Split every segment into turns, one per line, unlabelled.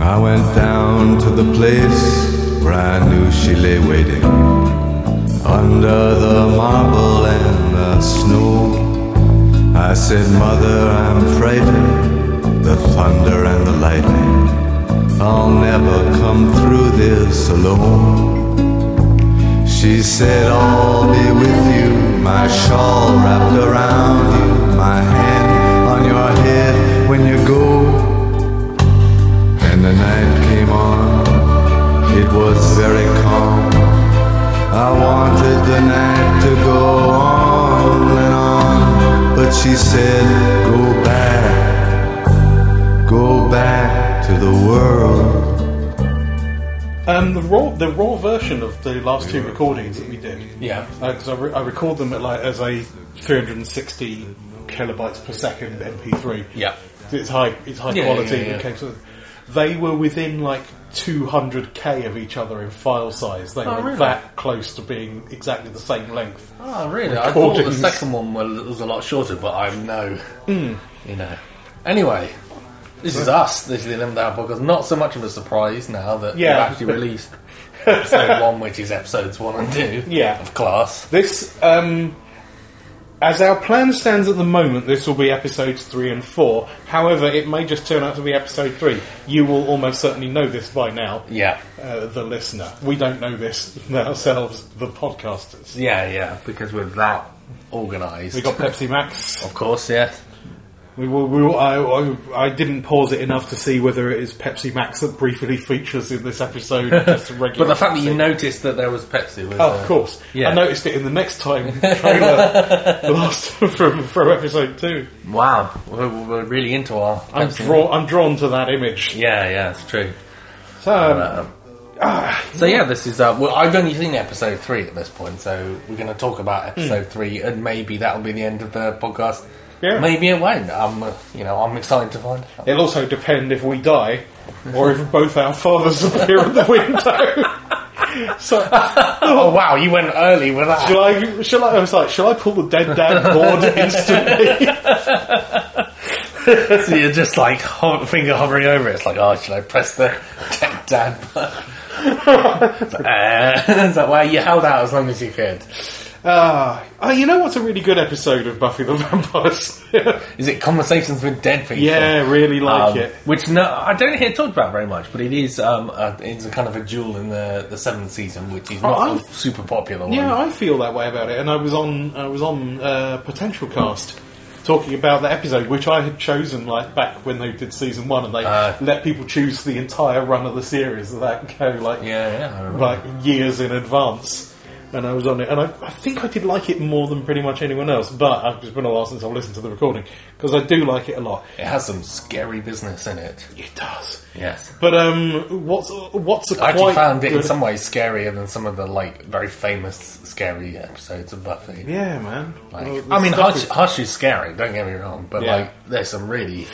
I went down to the place where I knew she lay waiting under the marble and the snow. I said, Mother, I'm frightened. The thunder and the lightning. I'll never come through this alone. She said, I'll be with you, my shawl wrapped around you, my hand on your head when you go. And the night came on, it was very calm. I wanted the night to go on and on, but she said, Go back, go back to the world.
Um, the raw, the raw version of the last two recordings that we did. Yeah, because I, re- I record them at like as a 360 kilobytes per second MP3.
Yeah.
So it's high, it's high
Yeah,
quality.
yeah, yeah, yeah.
Okay, so they were within like 200k of each other in file size. They
Oh,
were
really?
that close to being exactly the same length.
Oh, really? I thought the
Recordings. Hmm.
second one was was a lot shorter, but I'm no, you know. Anyway, this is us. This is the Limit Hour podcast. Not so much of a surprise now that
Yeah.
we've actually released episode one, which is episodes one and two.
Yeah.
of class.
This, um, as our plan stands at the moment, this will be episodes three and four. However, it may just turn out to be episode three. You will almost certainly know this by now.
Yeah,
Uh, the listener. We don't know this ourselves, the podcasters.
yeah, yeah. Because we're that organised.
We got Pepsi Max.
of course, yeah.
We will, we will, I, I, I didn't pause it enough to see whether it is Pepsi Max that briefly features in this episode. just a
But
regular
the fact that you
Pepsi.
noticed that there was Pepsi was.
Oh,
uh,
of course.
yeah.
I noticed it in the next time trailer, the last from, from episode two.
Wow, we're, we're really into our.
I'm,
Pepsi.
draw, I'm drawn to that image.
Yeah, yeah, it's true.
So, um,
Um, so yeah, this is uh, well. I've only seen episode three at this point, so we're going to talk
Hmm.
about episode three, and maybe that'll be the end of the podcast.
Yeah.
Maybe it won't. I'm, uh, you know, I'm excited to find out.
it'll also depend if we die or if both our fathers appear at the window. so,
Oh wow, you went early with that.
shall I, shall I, I was like, shall I pull the dead dad board instantly?
So you're just like ho- finger hovering over it. It's like, oh, should I press the dead dad button? It's like, eh. It's like, well, you held out as long as you could.
Ah, oh, you know what's a really good episode of Buffy the Vampire Slayer?
Is it conversations with dead people?
yeah, really like
Um,
it.
Which no, I don't hear talked about very much, but it is um, a, it's a kind of a jewel in the, the seventh season, which is not
Oh, I'm-
a super popular one.
Yeah, I feel that way about it. And I was on, I was on uh, Potential Cast talking about the episode, which I had chosen like back when they did season one, and they
Uh.
let people choose the entire run of the series of that go like
yeah, yeah, I remember.
like years in advance. And I was on it, and I, I think I did like it more than pretty much anyone else. But I've- it's been a while since I've listened to the recording because I do like it a lot.
It has some scary business in it.
It does.
Yes.
But um, what's what's
I
a quite
actually found it in
good-
some ways scarier than some of the like very famous scary episodes of Buffy.
Yeah, man.
Like,
Well, the
I mean,
stuff
Hush,
is-
Hush is scary. Don't get me wrong, but
Yeah.
like, there's some really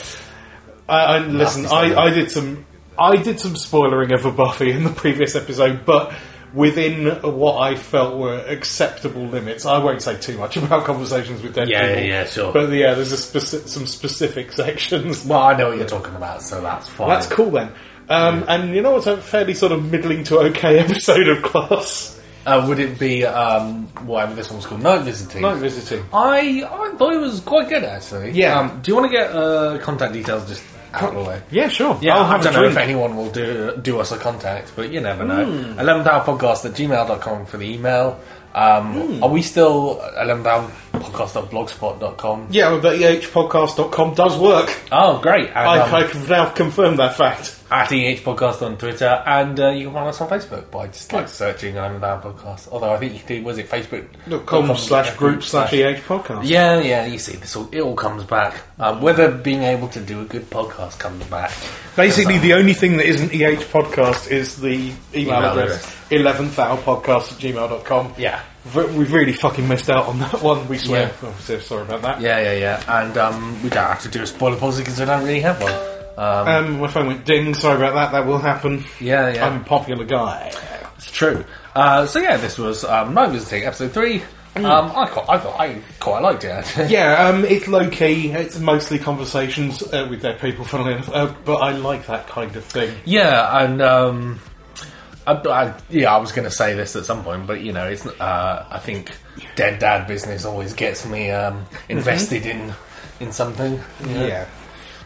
I, I listen.
stuff
I,
in
I did some I did some spoilering of a Buffy in the previous episode, but within what I felt were acceptable limits. I won't say too much about conversations with dead
Yeah,
people.
yeah, yeah, sure.
But yeah, there's a speci- some specific sections.
well, I know what you're talking about, so that's fine.
That's cool then. Um, And you know what's a fairly sort of middling to okay episode of class?
Uh, would it be um, whatever this one's called? Night visiting.
Night visiting.
I I thought it was quite good actually.
Yeah.
Um, do you want to get uh, contact details just out of the way?
Yeah, sure.
Yeah,
I'll
I
have
don't
a
know if
drink.
anyone will do do us a contact, but you never know.
Hmm.
11th hour podcast at gmail.com for the email.
Hmm.
Um, Are we still 11th hour podcast at blogspot.com?
Yeah, well, the ehpodcast.com does work.
Oh, great. And,
I,
um,
I can now confirm that fact.
at EH Podcast on Twitter, and uh, you can find us on Facebook by just like searching Island Bound Podcast. Although I think you can do, was it Facebook?
Dot com slash group slash EH podcast.
Yeah, yeah, you see, this all, it all comes back. Um, whether being able to do a good podcast comes back.
Basically, the only thing that isn't EH podcast is the email,
Email
address, 11th hour podcast at gmail.com.
Yeah.
We've really fucking missed out on that one, we swear.
Yeah.
Oh, so sorry about that.
Yeah, yeah, yeah. And um, we don't have to do a spoiler policy because we don't really have one. Um,
Um, my phone went ding, sorry about that, that will happen.
yeah, yeah.
I'm a popular guy.
It's true. Uh, so yeah, this was um, No Visiting episode three. Um, I, quite, I thought I quite liked it. Actually.
Yeah, um, it's low key, it's mostly conversations uh, with their people, funnily enough, uh, but I like that kind of thing.
Yeah, and um, I, I, yeah, I was going to say this at some point, but you know, it's uh, I think dead dad business always gets me um, invested in in something.
Yeah.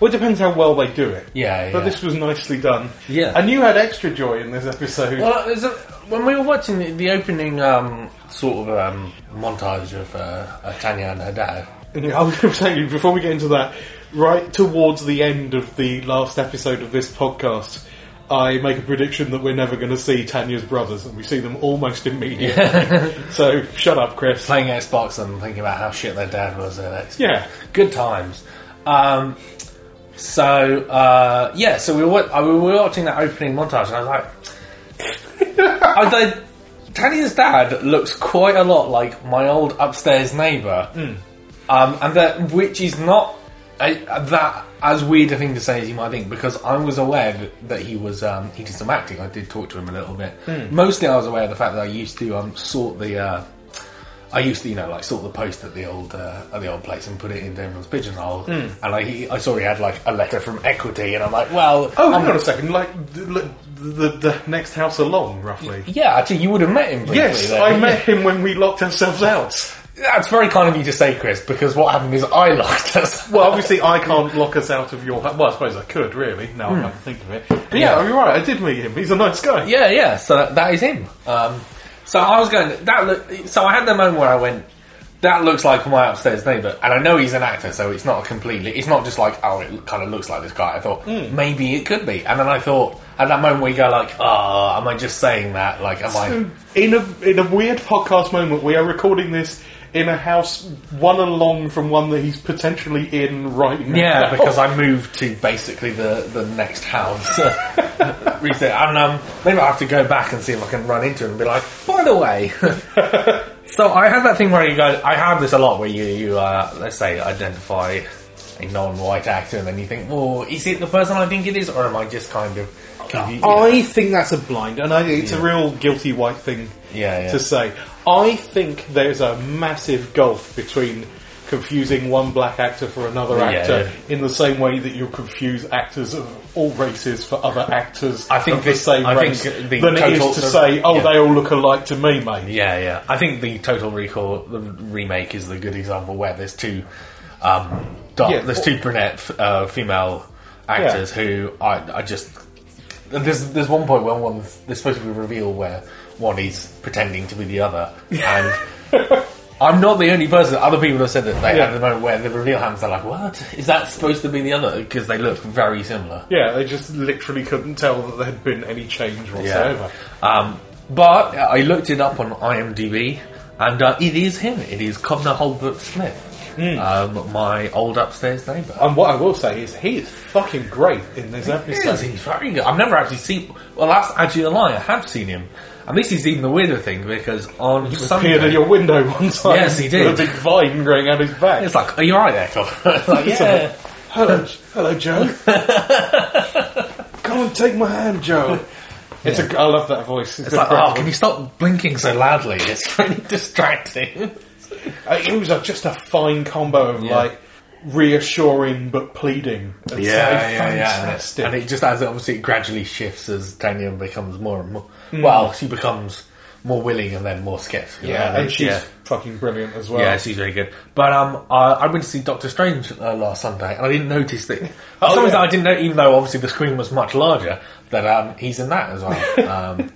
Well, it depends how well they do it.
Yeah,
But
yeah.
this was nicely done.
Yeah.
And you had extra joy in this episode.
Well, uh, there's a, when we were watching the, the opening um, sort of um, montage of uh, uh, Tanya and her dad.
Yeah, I was going to say before we get into that, right towards the end of the last episode of this podcast, I make a prediction that we're never going to see Tanya's brothers, and we see them almost immediately. so shut up, Chris.
playing Xbox and thinking about how shit their dad was at Xbox.
Yeah.
good times. Um, so uh, yeah, so we were, I- we were watching that opening montage, and I was like, I was like, Tanya's dad looks quite a lot like my old upstairs neighbour,
Hmm.
um, and that which is not a, that as weird a thing to say as you might think, because I was aware that, that he was um, he did some acting. I did talk to him a little bit.
Hmm.
Mostly, I was aware of the fact that I used to um, sort the. Uh, I used to, you know, like sort the post at the old uh, at the old place and put it into everyone's pigeonhole.
Hmm.
And I, he, I saw he had like a letter from Equity, and I'm like, well,
Oh,
I'm-
hang on a second. Like the, the, the next house along, roughly.
yeah, actually, you would have met him. Briefly
Yes,
then.
I met him when we locked ourselves out.
That's very kind of you to say, Chris, because what happened is I lost us.
Well, obviously, I can't lock us out of your. hu- Well, I suppose I could, really. Now I can't think of it. But yeah,
Hmm. Yeah.
you're right. I did meet him. He's a nice guy.
yeah, yeah. So that, that is him. Um, so I was going that. Look, so I had the moment where I went, that looks like my upstairs neighbour, and I know he's an actor, so it's not completely. It's not just like oh, it kind of looks like this guy. I thought maybe it could be, and then I thought at that moment we go like, oh, am I just saying that? Like, am I?
in a in a weird podcast moment, we are recording this in a house one along from one that he's potentially in right now.
Yeah, because I moved to basically the, the next house. Recently. and um, maybe I'll have to go back and see if I can run into him and be like, by the way. so I have that thing where you go, I have this a lot where you, you uh, let's say, identify a non white actor and then you think, well, is it the person I think it is or am I just kind of. confu-
I think that's a blind, and I, it's a real guilty white thing
Yeah, yeah.
to say. I think there's a massive gulf between confusing one black actor for another
Yeah,
actor in the same way that you confuse actors of all races for other actors
I think
of the
this-
same
I
race
think the
than it
total-
is to say, oh,
yeah.
they all look alike to me, mate.
Yeah, yeah. I think the Total Recall the remake is the good example where there's two, um, dark,
Yeah.
there's two brunette f- uh, female actors who I, I just there's there's one point where one's there's supposed to be a reveal where one is pretending to be the other and. I'm not the only person. Other people have said that they
Yeah.
have the moment where the reveal happens. They're like, "What is that supposed to be the other?" Because they look very similar.
Yeah, they just literally couldn't tell that there had been any change whatsoever.
Um, but I looked it up on IMDb, and uh, it is him. It is Cobner Holbrook Smith,
Hmm.
um, my old upstairs neighbour.
And what I will say is, he is fucking great in this episode.
Yes, he's very good. I've never actually seen. Well, that's actually a lie. I have seen him, and this is even the weirder thing because on
Appeared
Sunday,
in your window one time.
Yes, he did.
With a big vine growing out his back.
it's like, "Are you all right there, Cobb?" like, yeah.
hello, hello, Joe. Come and take my hand, Joe. It's a, I love that voice. It's,
It's like, oh, can you stop blinking so loudly? It's really distracting.
Uh, It was a, just a fine combo of
Yeah.
like reassuring but pleading. It's so fantastic.
And it just as obviously it gradually shifts as Daniel becomes more and more. Well, she becomes more willing and then more skeptical.
yeah, and she's
yeah.
fucking brilliant as well.
Yeah, she's very good. But um, I, I went to see Doctor Strange uh, last Sunday, and I didn't notice that.
Oh,
sometimes
yeah.
I didn't know, even though obviously the screen was much larger, that um, he's in that as well. Um,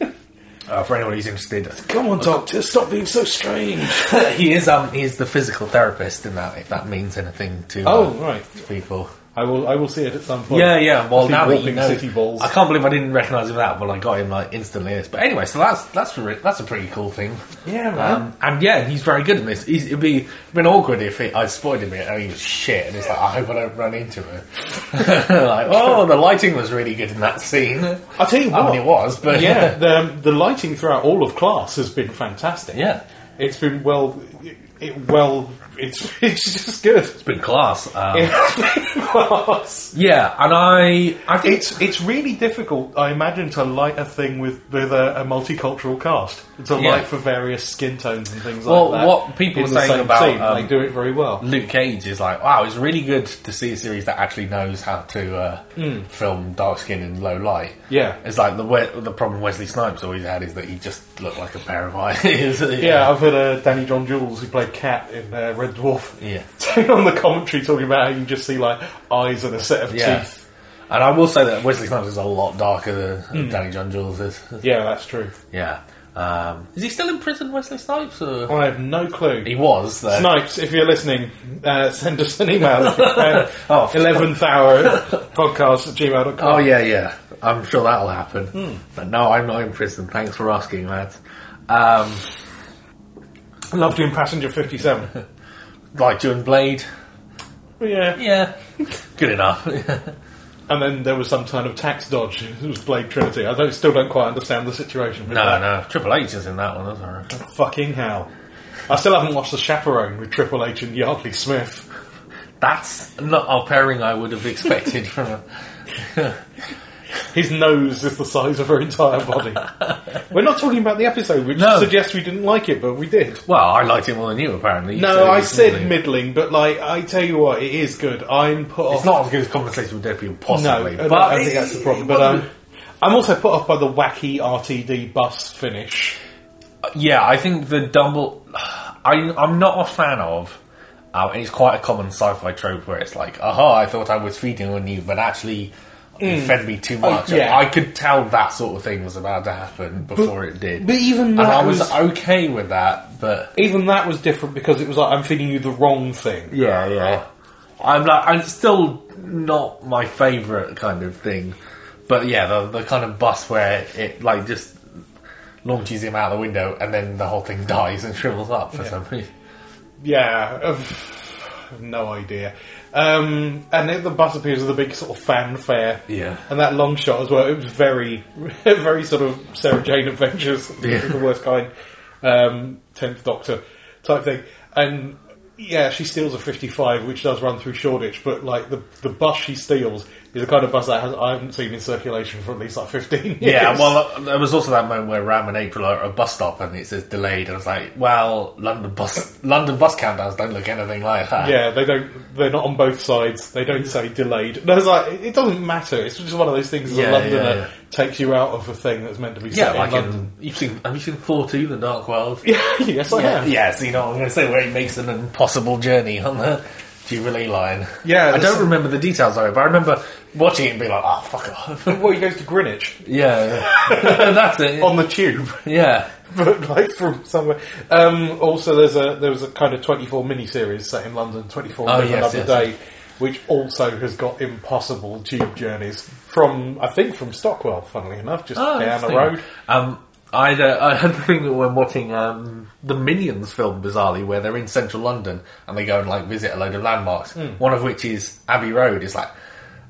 uh, for anyone who's interested,
Come on, Doctor, stop being so strange.
he is um, he is the physical therapist in that. If that means anything to uh,
Oh, right.
to people.
I will. I will see it at some point.
Yeah, yeah.
I
Well,
see
now that you
Whopping
know,
City Balls.
I can't believe I didn't recognise him that. Well, I got him like instantly. Is but anyway, so that's that's a re- that's a pretty cool thing.
Yeah, man.
Um, and yeah, he's very good in this. He's, it'd be it'd been awkward if he, I spotted him and he was shit, and it's like I hope I don't run into him. like, oh, the lighting was really good in that scene.
I tell you what,
I mean, it was, but
Oh. yeah, the the lighting throughout all of class has been fantastic.
Yeah.
it's been well, it, well, it's it's just good.
it's been class. Um, yeah.
class.
and I I think
It's it's really difficult, I imagine, to light a thing with with a, a multicultural cast to
Yeah.
light for various skin tones and things
Well,
like that.
what people
in
were
the
saying
same
about,
scene,
um,
they do it very well.
Luke Cage is like, wow, it's really good to see a series that actually knows how to uh, film dark skin in low light.
Hmm. Yeah.
it's like the we- the problem Wesley Snipes always had is that he just looked like a pair of eyes.
Yeah, I've heard uh, Danny John Jules, who played Cat in uh, Red Dwarf,
Yeah.
on the commentary talking about how you can just see like eyes and a set of
Yeah.
teeth.
And I will say that Wesley Snipes is a lot darker than Danny John Jules is.
Hmm. Yeah, that's true.
yeah. Um, is he still in prison, Wesley Snipes? Or?
I have no clue.
He was. Though.
Snipes, if you're listening, uh, send us an email. If you can.
Oh.
11th hour podcast at gmail.com.
Oh yeah, yeah. I'm sure that'll happen.
Hmm.
But no, I'm not in prison. Thanks for asking, lads. Um,
Love doing Passenger 57.
like doing Blade.
yeah.
Yeah, good enough.
And then there was some kind of tax dodge. It was Blade Trinity. I don't, still don't quite understand the situation. With
No,
that.
no. Triple H is in that one, isn't there?
Fucking hell. I still haven't watched The Chaperone with Triple H and Yardley Smith.
That's not a pairing I would have expected from a.
His nose is the size of her entire body. We're not talking about the episode, which
No.
suggests we didn't like it, but we did.
Well, I liked it more than you, apparently.
No,
So
I
it's
said
really-
middling, but like, I tell you what, it is good. I'm put off.
It's not as good as Conversation with Deadpool, possibly.
No, I- I think that's the problem. But um, I'm also put off by the wacky RTD bus finish. um,
yeah, I think the Dumble. I, I'm not a fan of. Um, and it's quite a common sci-fi trope where it's like, "Aha! I thought I was feeding on you, but actually, you fed me too much."
Hmm. Oh, yeah.
I could tell that sort of thing was about to happen before it did.
but even
and
that
I was,
was-
okay with that, but
Even that was different because it was like I'm feeding you the wrong thing.
Yeah, yeah. I'm like, I'm still not my favourite kind of thing, but yeah, the the kind of bus where it like just launches him out the window and then the whole thing dies and shrivels up for some reason.
Yeah, I've, I've no idea. Um, and then the bus appears with a big sort of fanfare.
Yeah.
and that long shot as well. It was very, very sort of Sarah Jane Adventures,
Yeah.
the worst kind, um, Tenth Doctor type thing, and. Yeah, she steals a 55, which does run through Shoreditch, but like the the bus she steals is the kind of bus that has, I haven't seen in circulation for at least like 15 years.
Yeah, well, there was also that moment where Ram and April are at a bus stop and it says delayed, and I was like, well, London bus London bus countdowns don't look anything like that.
Yeah, they don't. They're not on both sides. They don't say delayed. No, it's like it doesn't matter. It's just one of those things as
Yeah,
a Londoner
yeah, yeah.
takes you out of a thing that's meant to be
yeah,
set
like
in London.
in, you've seen have you seen Four Two, The Dark World?
yes, I
Yeah,
have.
yeah, so you know what I'm going to say, where he makes an impossible journey on the Jubilee line.
Yeah,
I don't
that's-
remember the details of it, but I remember watching it and being like, oh, fuck off.
Well, he goes to Greenwich
yeah, yeah. that's it.
on the tube,
yeah.
but like from somewhere. Um, also, there's a there was a kind of 24 miniseries set in London, 24
Oh,
Live
yes,
another
yes.
day, which also has got impossible tube journeys from I think from Stockwell, funnily enough, just
Oh,
down the
interesting.
road.
Um, I had, a, I had the thing that when watching um, the Minions film, bizarrely, where they're in central London and they go and like visit a load of landmarks.
Hmm.
One of which is Abbey Road. It's like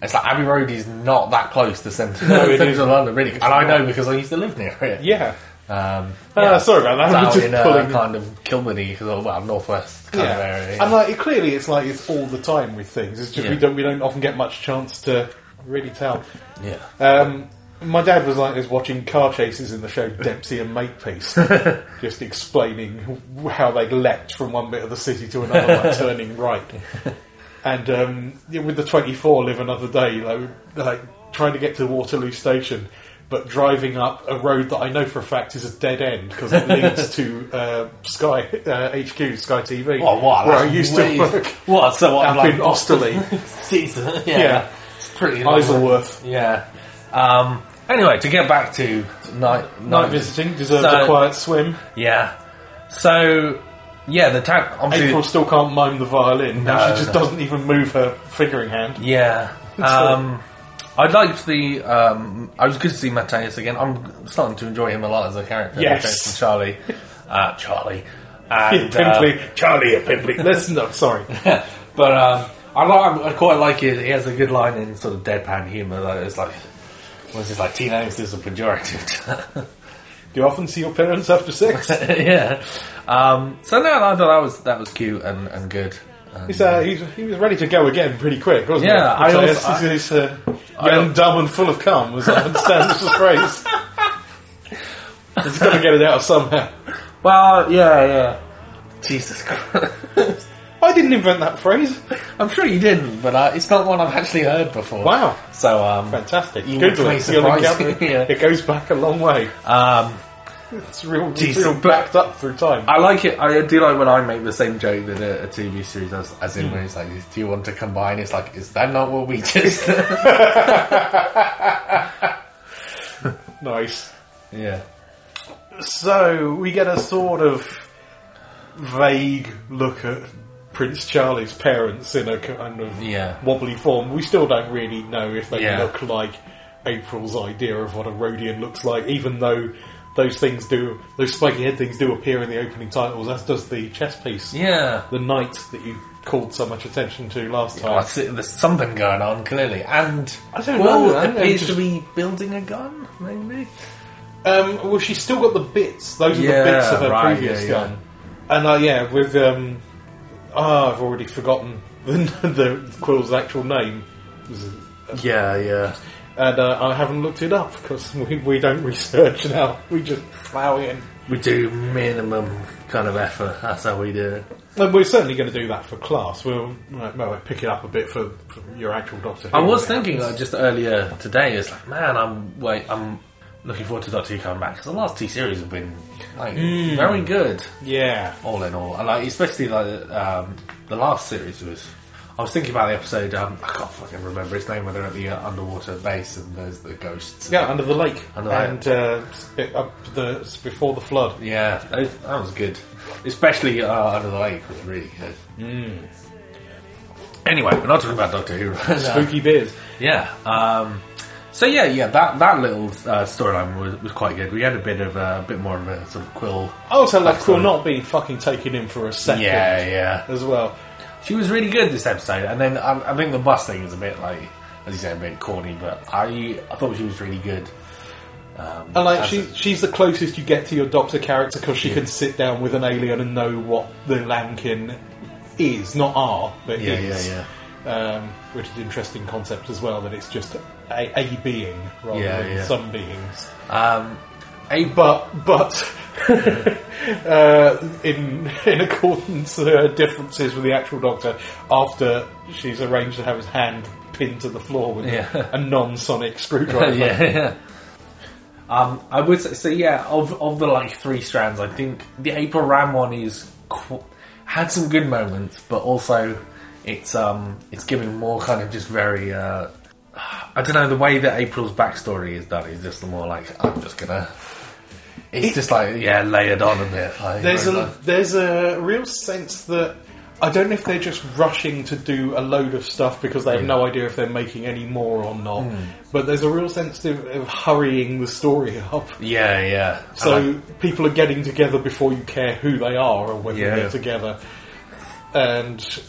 it's like Abbey Road is not that close to central,
No, it
central
isn't.
London, really. And I know because I used to live near it.
Yeah.
Um,
Ah, sorry about that.
It's
I'm
out
just
in a
pulling-
kind of Kilburny, sort of, well, northwest kind of area.
And like it, clearly, it's like it's all the time with things. It's just we
Yeah.
don't we don't often get much chance to really tell.
yeah.
Um, my dad was like this watching car chases in the show Dempsey and Makepeace, just explaining how they leapt from one bit of the city to another, like turning right. And um, yeah, with the twenty four, live another day, like, like trying to get to Waterloo Station. But driving up a road that I know for a fact is a dead end because it leads to uh, Sky uh, HQ, Sky TV,
Oh, wow,
where I
that's
used
way-
to work
What? So what?
up
like,
in Austerley.
season. Yeah.
Yeah.
It's pretty long.
Isleworth.
Yeah. Um, anyway, to get back to night
Night visiting deserves
So-
a quiet swim.
Yeah. So yeah, the tag. Obviously,
April still can't mime the violin.
No,
and she just
no.
doesn't even move her fingering hand.
Yeah. Um, I liked the. Um, I was good to see Mateus again. I'm starting to enjoy him a lot as a character.
Yes.
Mateus and Charlie. Uh, Charlie. And,
pimply, Charlie, a pimply. Listen, no, sorry.
uh, but um, I, like, I quite like it. He has a good line in sort of deadpan humour. That it's like, was this like teenagers? This is a pejorative.
Do you often see your parents after sex?
yeah. Um, so no, I thought that was that was cute and, and good.
He's, uh, he's, he was ready to go again pretty quick, wasn't
Yeah, I
he?
also-
Matthias
I-
is, uh, young, dumb, and full of cum, as I understand this phrase. He's got to get it out somehow.
Well, yeah, yeah. Jesus Christ.
I didn't invent that phrase.
I'm sure you didn't, but uh, it's not one I've actually heard before.
Wow.
So um,
Fantastic.
You
Google
were
it.
pretty
You'll
surprised.
encounter it.
Yeah.
It goes back a long way.
Um,
It's real,
Jeez,
real
but-
backed up through time.
I like it. I do like when I make the same joke that a, a TV series does, as in when it's like, "Do you want to combine?" It's like, "Is that not what we just?"
Nice.
yeah.
So we get a sort of vague look at Prince Charlie's parents in a kind of
Yeah.
wobbly form. We still don't really know if they
Yeah.
look like April's idea of what a Rhodian looks like, even though those things do, those spiky head things do appear in the opening titles, as does the chess piece.
Yeah.
The knight that you called so much attention to last time.
Well, that's it. there's something going on clearly, and
I don't
Will
know, I don't
appears to
know,
be building a gun, maybe.
Um, well, she's still got the bits. Those are
Yeah,
the bits of her
right,
previous
yeah,
gun. And uh, yeah, with um, ah, I've already forgotten the, the Quill's actual name,
Yeah, yeah.
and uh, I haven't looked it up because we, we don't research now. We just plow in,
We do minimum kind of effort. That's how we do it.
and we're certainly going to do that for class. We'll, well, we'll pick it up a bit for, for your actual Doctor.
I
Who.
was thinking like, just earlier today. It's like, man, I'm wait, I'm looking forward to Doctor Who coming back because the last two series have been like very good,
yeah,
all in all, and like especially like um, the last series was. I was thinking about the episode. Um, I can't fucking remember its name. Where they're at the uh, underwater base and there's the ghosts.
yeah, under the lake,
Under the
and uh, it- up the before the flood.
Yeah, that, that was good. Especially uh, Under the Lake was really good. Anyway, we're not talking about Doctor Who. right now.
Spooky beers.
Yeah. Um, so yeah, yeah, that that little uh, storyline was, was quite good. We had a bit of a bit more of a sort of quill.
I also love Quill
Excellent.
not being fucking taken in for a second.
Yeah, yeah.
As well,
She was really good this episode, and then I, I think the bus thing is a bit like, as you say, a bit corny. But I I thought she was really good.
And like
That's
she,
it.
she's the closest you get to your Doctor character because she can sit down with an alien and know what the lambkin is, not are, but
Yeah,
is.
yeah,
Um, which is an interesting concept as well. That it's just a, a being rather
Yeah,
than
yeah.
some beings.
Um, a
But but uh, in in accordance with her differences with the actual Doctor, after she's arranged to have his hand pinned to the floor with
Yeah.
a, non-sonic screwdriver.
yeah, yeah. Um, I would say so. Yeah, of of the like three strands, I think the April Ram one is qu- had some good moments, but also it's um it's giving more kind of just very uh I don't know the way that April's backstory is done is just more like I'm just gonna. It's just like yeah, layered on a bit. Like,
There's
like-
a there's a real sense that I don't know if they're just rushing to do a load of stuff because they have no idea if they're making any more or not.
Hmm.
But there's a real sense of, of hurrying the story up.
yeah, yeah. And
So
like-
people are getting together before you care who they are or whether
Yeah.
they're together. And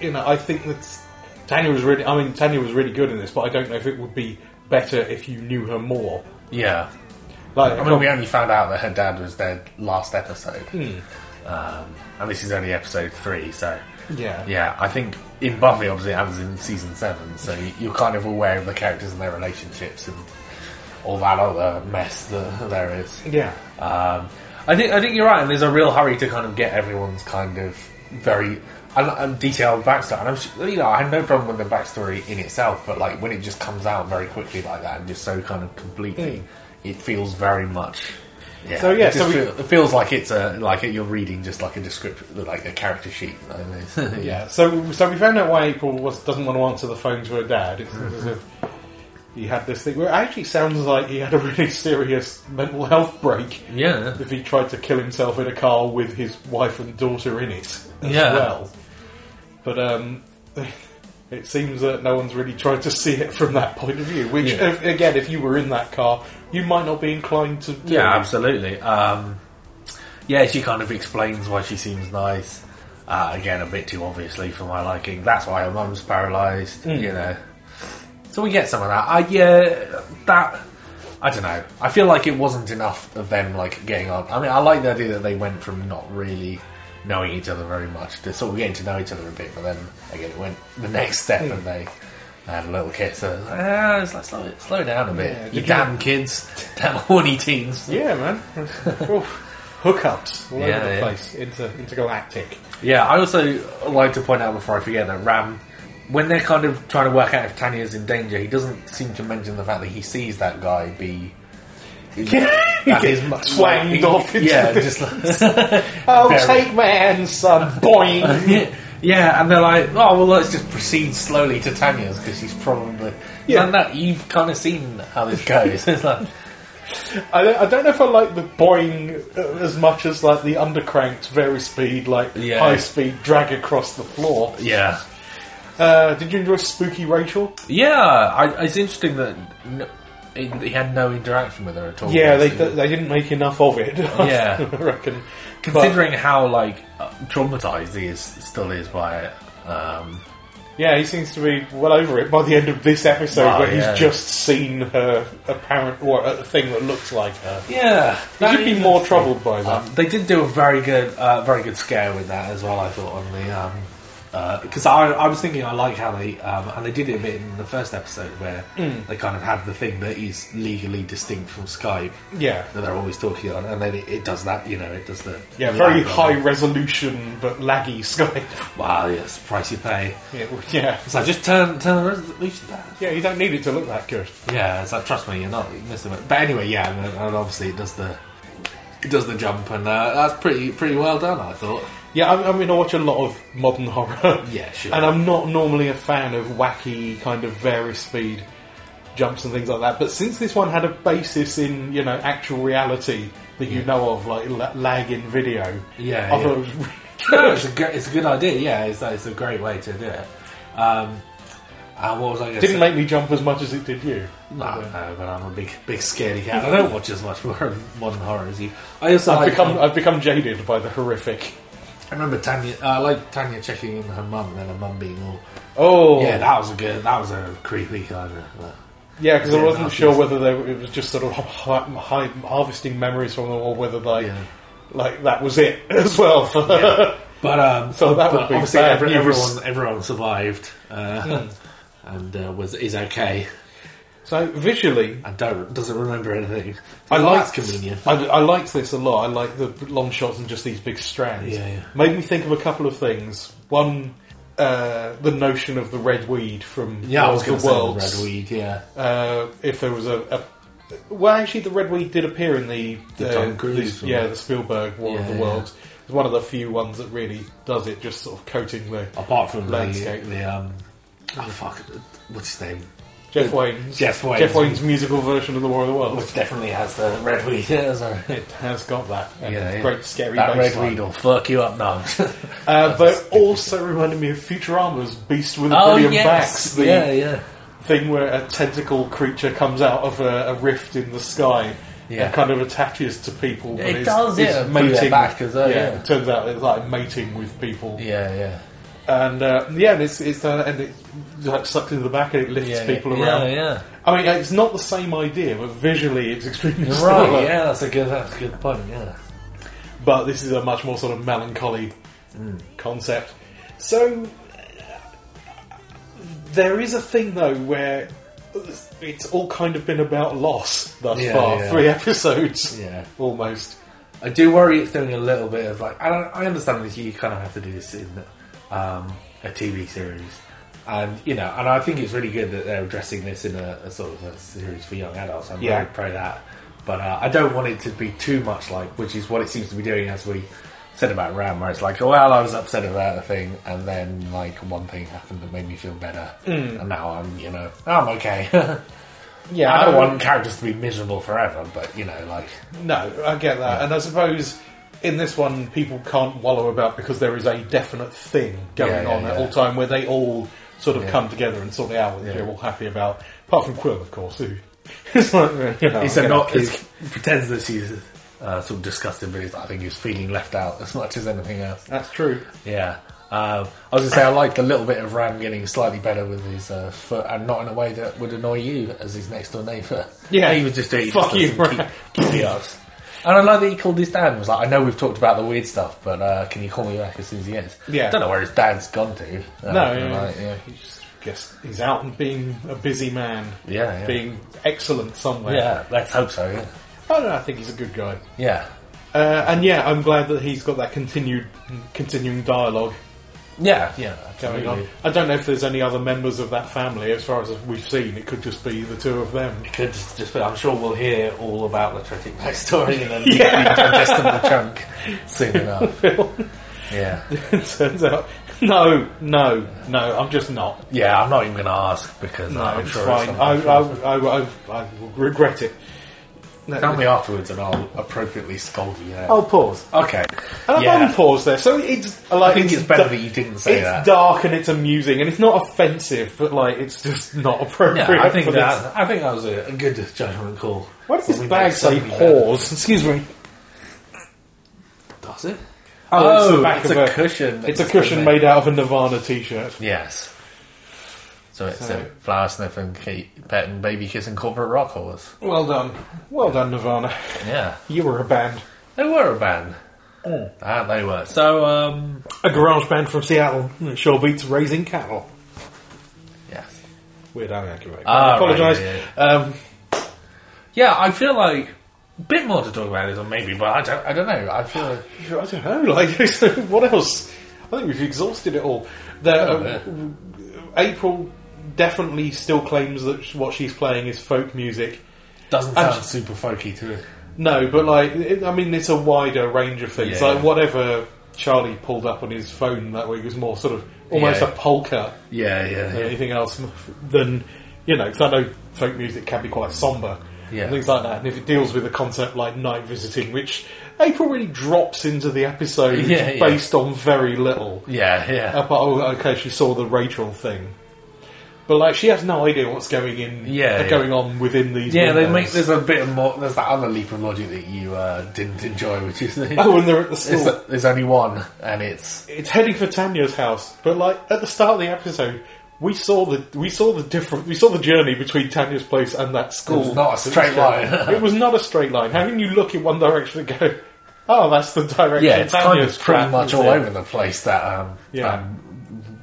you know, I think that Tanya was really. I mean, Tanya was really good in this, but I don't know if it would be better if you knew her more.
yeah.
Like,
I mean, we only found out that her dad was dead last episode, um, and this is only episode three. So,
Hmm. yeah,
yeah, I think in Buffy, obviously, it happens in season seven, so y- you're kind of aware of the characters and their relationships and all that other mess that there is.
yeah.
Um, I think I think you're right, and there's a real hurry to kind of get everyone's kind of very and, and detailed backstory. And I'm su- you know I had no problem with the backstory in itself, but like when it just comes out very quickly like that and just so kind of completely, it feels very much. Yeah,
Hmm. So, yeah,
it, just
so we-
feel- it feels like it's a like you're reading just like a description, like a character sheet. I mean.
Yeah, so so we found out why April was, doesn't want to answer the phone to her dad. It's, it's a- he had this thing where it actually sounds like he had a really serious mental health break.
Yeah.
If he tried to kill himself in a car with his wife and daughter in it as
Yeah.
well. But um, it seems that no one's really tried to see it from that point of view. Which,
Yeah.
if, again, if you were in that car, you might not be inclined to. Do
Yeah, absolutely. Um, yeah, she kind of explains why she seems nice. Uh, again, a bit too obviously for my liking. That's why her mum's paralysed,
Hmm.
you know. So we get some of that. I, yeah, that. I don't know. I feel like it wasn't enough of them, like, getting on. I mean, I like the idea that they went from not really knowing each other very much to sort of getting to know each other a bit, but then, again, it went the next step
Hmm.
and they. had a little kiss. So, ah, it's like, slow, slow down a bit.
Yeah,
you
did you-
damn kids, damn horny teens.
Yeah, man. Oof. Hookups all
Yeah,
over the
yeah.
place. Inter- intergalactic.
Yeah, I also like to point out before I forget that Ram, when they're kind of trying to work out if Tanya's in danger, he doesn't seem to mention the fact that he sees that guy be. that
gets
mu-
twanged
like,
off into
yeah,
the-
just like,
Oh,
Very-
take my hand, son. Boing.
yeah, yeah, and they're like, oh well, let's just proceed slowly to Tanya's because she's probably.
Yeah.
Yeah, that you've kind of seen how this goes. it's like,
I don't, I don't know if I like the boing uh, as much as like the undercranked, very speed, like
Yeah.
high speed drag across the floor.
yeah,
Uh, did you enjoy Spooky Rachel?
yeah. I, it's interesting that no, he he had no interaction with her at all.
Yeah, they,
basically.
they didn't make enough of it.
Yeah.
I reckon.
considering how like uh, traumatized he is still is by it um,
But, yeah, he seems to be well over it by the end of this episode,
Oh,
where
yeah.
he's just seen her apparent or a thing that looks like her.
yeah
He should be more troubled by that.
um, they did do a very good uh, very good scare with that as well i thought on the um because I, I was thinking I like how they um, and they did it a bit in the first episode where
Hmm.
they kind of have the thing that is legally distinct from Skype
yeah,
that they're always talking on and then it, it does that you know it does the
yeah,
the
very
background.
high resolution but laggy Skype.
wow yes price you pay
yeah, well, yeah,
it's like just turn turn the resolution down
yeah. You don't need it to look that good.
Yeah, it's like trust me, you're not missing it. But anyway, yeah, and, and obviously it does the it does the jump, and uh, that's pretty pretty well done, I thought.
Yeah, I, I mean, I watch a lot of modern horror.
Yeah, sure.
And I'm not normally a fan of wacky, kind of very speed jumps and things like that. But since this one had a basis in, you know, actual reality that you know of, like la- lag in video,
Yeah,
I
yeah.
thought it was really
No,
good.
it's a good, it's a good idea. Yeah, it's it's a great way to do it. Um, uh, what was I going to say?
Didn't make me jump as much as it did you.
no, no, but I'm a big big scaredy cat. I don't watch as much modern modern horror as you. I also
I've
like-
become I've become jaded by the horrific.
I remember Tanya. Uh, I like Tanya checking in her mum, and then her mum being all.
Oh,
Yeah, that was a good. That was a creepy kind of. Uh,
Yeah, because
Yeah,
I wasn't
that's
sure
just-
whether they, it was just sort of hi- hi- harvesting memories from them, or whether they,
Yeah.
like that was it as well. For
But um,
So that
but
would be
obviously
bad
every-
news.
everyone everyone survived uh, and uh, was is okay
So visually,
and don't doesn't remember anything.
I
Well,
liked
that's convenient.
I, I liked this a lot. I like the long shots and just these big strands.
Yeah, yeah.
Made me think of a couple of things. One, uh, the notion of the red weed from
Yeah, I was
the
going to say the
world.
red weed. Yeah,
Uh, if there was a, a well, actually, the red weed did appear in the,
The
uh,
Tom Cruise
the-
one.
yeah, the Spielberg War of
Yeah,
the
yeah.
Worlds. It's one of the few ones that really does it, just sort of coating the
apart from
Landscape.
the the um, oh fuck, what's his name?
Jeff Wayne's
Jeff Wayne's-
Wayne's musical version of the War of the Worlds.
Which definitely has the red weed. Yeah, sorry.
It has got that uh,
Yeah, yeah.
great scary
That red
baseline.
weed will fuck you up now.
Uh, but also reminded me of Futurama's Beast with a
oh
Billion
yes,
Backs, the
yeah, yeah.
thing where a tentacle creature comes out of a, a rift in the sky
Yeah.
and kind of attaches to people. but
It
is-
does,
is
yeah, through their back as well, yeah.
it turns out it's like mating with people.
Yeah, yeah,
And uh, yeah, and it's, it's uh, and it like sucks into the back and it lifts
yeah,
people
yeah,
around.
Yeah,
I mean, it's not the same idea, but visually it's extremely
yeah.
similar.
Right, yeah, that's a good, that's a good point. Yeah,
but this is a much more sort of melancholy concept. So uh, there is a thing though where it's all kind of been about loss thus
Yeah,
far,
yeah.
three episodes,
Yeah.
almost.
I do worry it's doing a little bit of like I, don't, I understand that you kind of have to do this in um, a TV series, and you know, and I think it's really good that they're addressing this in a, a sort of a series for young adults. I'm
Yeah.
very pro that, but uh, I don't want it to be too much like which is what it seems to be doing as we said about Ram, where it's like, well, I was upset about a thing, and then like one thing happened that made me feel better, and now I'm you know I'm okay. Yeah, I don't
Um,
want characters to be miserable forever, but you know, like
No, I get that, and I suppose in this one people can't wallow about because there is a definite thing going
Yeah, yeah,
on at
yeah.
all time where they all sort of come together and sort it out, which you're all happy about. Apart from Quill, of course, who is like, you know,
he's a
get
not
up,
he's, pretends that he's uh, sort of disgusted, but he's, I think he's feeling left out as much as anything else.
That's true.
Yeah. Um, I was gonna say I liked a little bit of Ram getting slightly better with his uh, foot, and not in a way that would annoy you as his next door neighbour.
Yeah.
he was just doing
Fuck
he just
you,
doesn't
Ram.
keep- keep the arse. And I like that he called his dad and was like, "I know we've talked about the weird stuff, but uh, can you call me back as soon as he ends?"
Yeah.
don't know where his dad's gone to. Uh,
No,
and
yeah.
like, yeah.
He just guess he's out and being a busy man.
Yeah, yeah.
being excellent somewhere.
yeah, let's hope so. Yeah,
I don't know. I think he's a good guy.
yeah,
Uh, and yeah, I'm glad that he's got that continued, continuing dialogue
yeah, yeah.
going
absolutely.
on. I don't know if there's any other members of that family. As far as we've seen, it could just be the two of them.
Could just, just, I'm sure we'll hear all about the tragic backstory and then digest in the chunk soon enough. yeah,
it turns out, no, no, no. I'm just not.
yeah. I'm not even going to ask because
No,
I'm
it's
sure
fine.
It's
I,
something-
I, I, I, I will regret it. No,
Tell me afterwards, and I'll appropriately scold you. Yeah.
I'll pause.
okay.
And I've
yeah.
unpaused there, so it's like
I think it's better
da-
that you didn't say
it's
that.
dark and it's amusing and it's not offensive, but like it's just not appropriate.
yeah, I think
for this.
that I think that was a, a good judgment call.
Why does
We
this
make
bag say
something better.
pause? Excuse me.
Does it?
Oh, it's the
Oh,
back
it's
of
a
a-
cushion.
It's a cushion made out of a Nirvana T-shirt.
Yes. So it's
So-
a flower sniffing, Kate petting, baby kissing corporate rock horse.
Well done, well done, Nirvana.
Yeah.
You were a band,
They were a band. Ah, they were. So, um,
a garage band from Seattle. It sure beats raising cattle.
yes.
Weird Al Yankovic.
Ah,
I apologise.
right,
Um,
Yeah, I feel like a bit more to talk about this, or maybe, but I don't, I don't know. I feel like,
I don't know. Like, what else? I think we've exhausted it all. The,
Oh, Yeah,
um, April definitely still claims that sh- what she's playing is folk music.
doesn't sound
Actu-
super folky to it.
No, but like, it, I mean, it's a wider range of things.
Yeah,
like
yeah.
whatever Charlie pulled up on his phone that week was more sort of almost
Yeah.
a polka
Yeah, yeah,
than anything else than you know. Because I know folk music can be quite somber.
Yeah.
And things like that, and if it deals with a concept like night visiting, which April really drops into the episode
Yeah, yeah.
based on very little,
yeah, yeah.
Apart, oh, okay, she saw the Rachel thing, but like she has no idea what's going in,
Yeah,
uh,
yeah.
going on within these.
Yeah, they
windows.
make there's a bit of more. There's that other leap of logic that you uh, didn't enjoy, which is the,
Oh, when they're at the
it's
school,
that there's only one, and it's
it's heading for Tanya's house. But like at the start of the episode, we saw the we saw the different we saw the journey between Tanya's place and that school.
It was not a straight line.
it was not a straight line. How can you look in one direction and go, "Oh, that's the direction"?
yeah, it's kind
Tanya's
of pretty
flat
much
is
all
in."
over the place. That um,
Yeah.
um,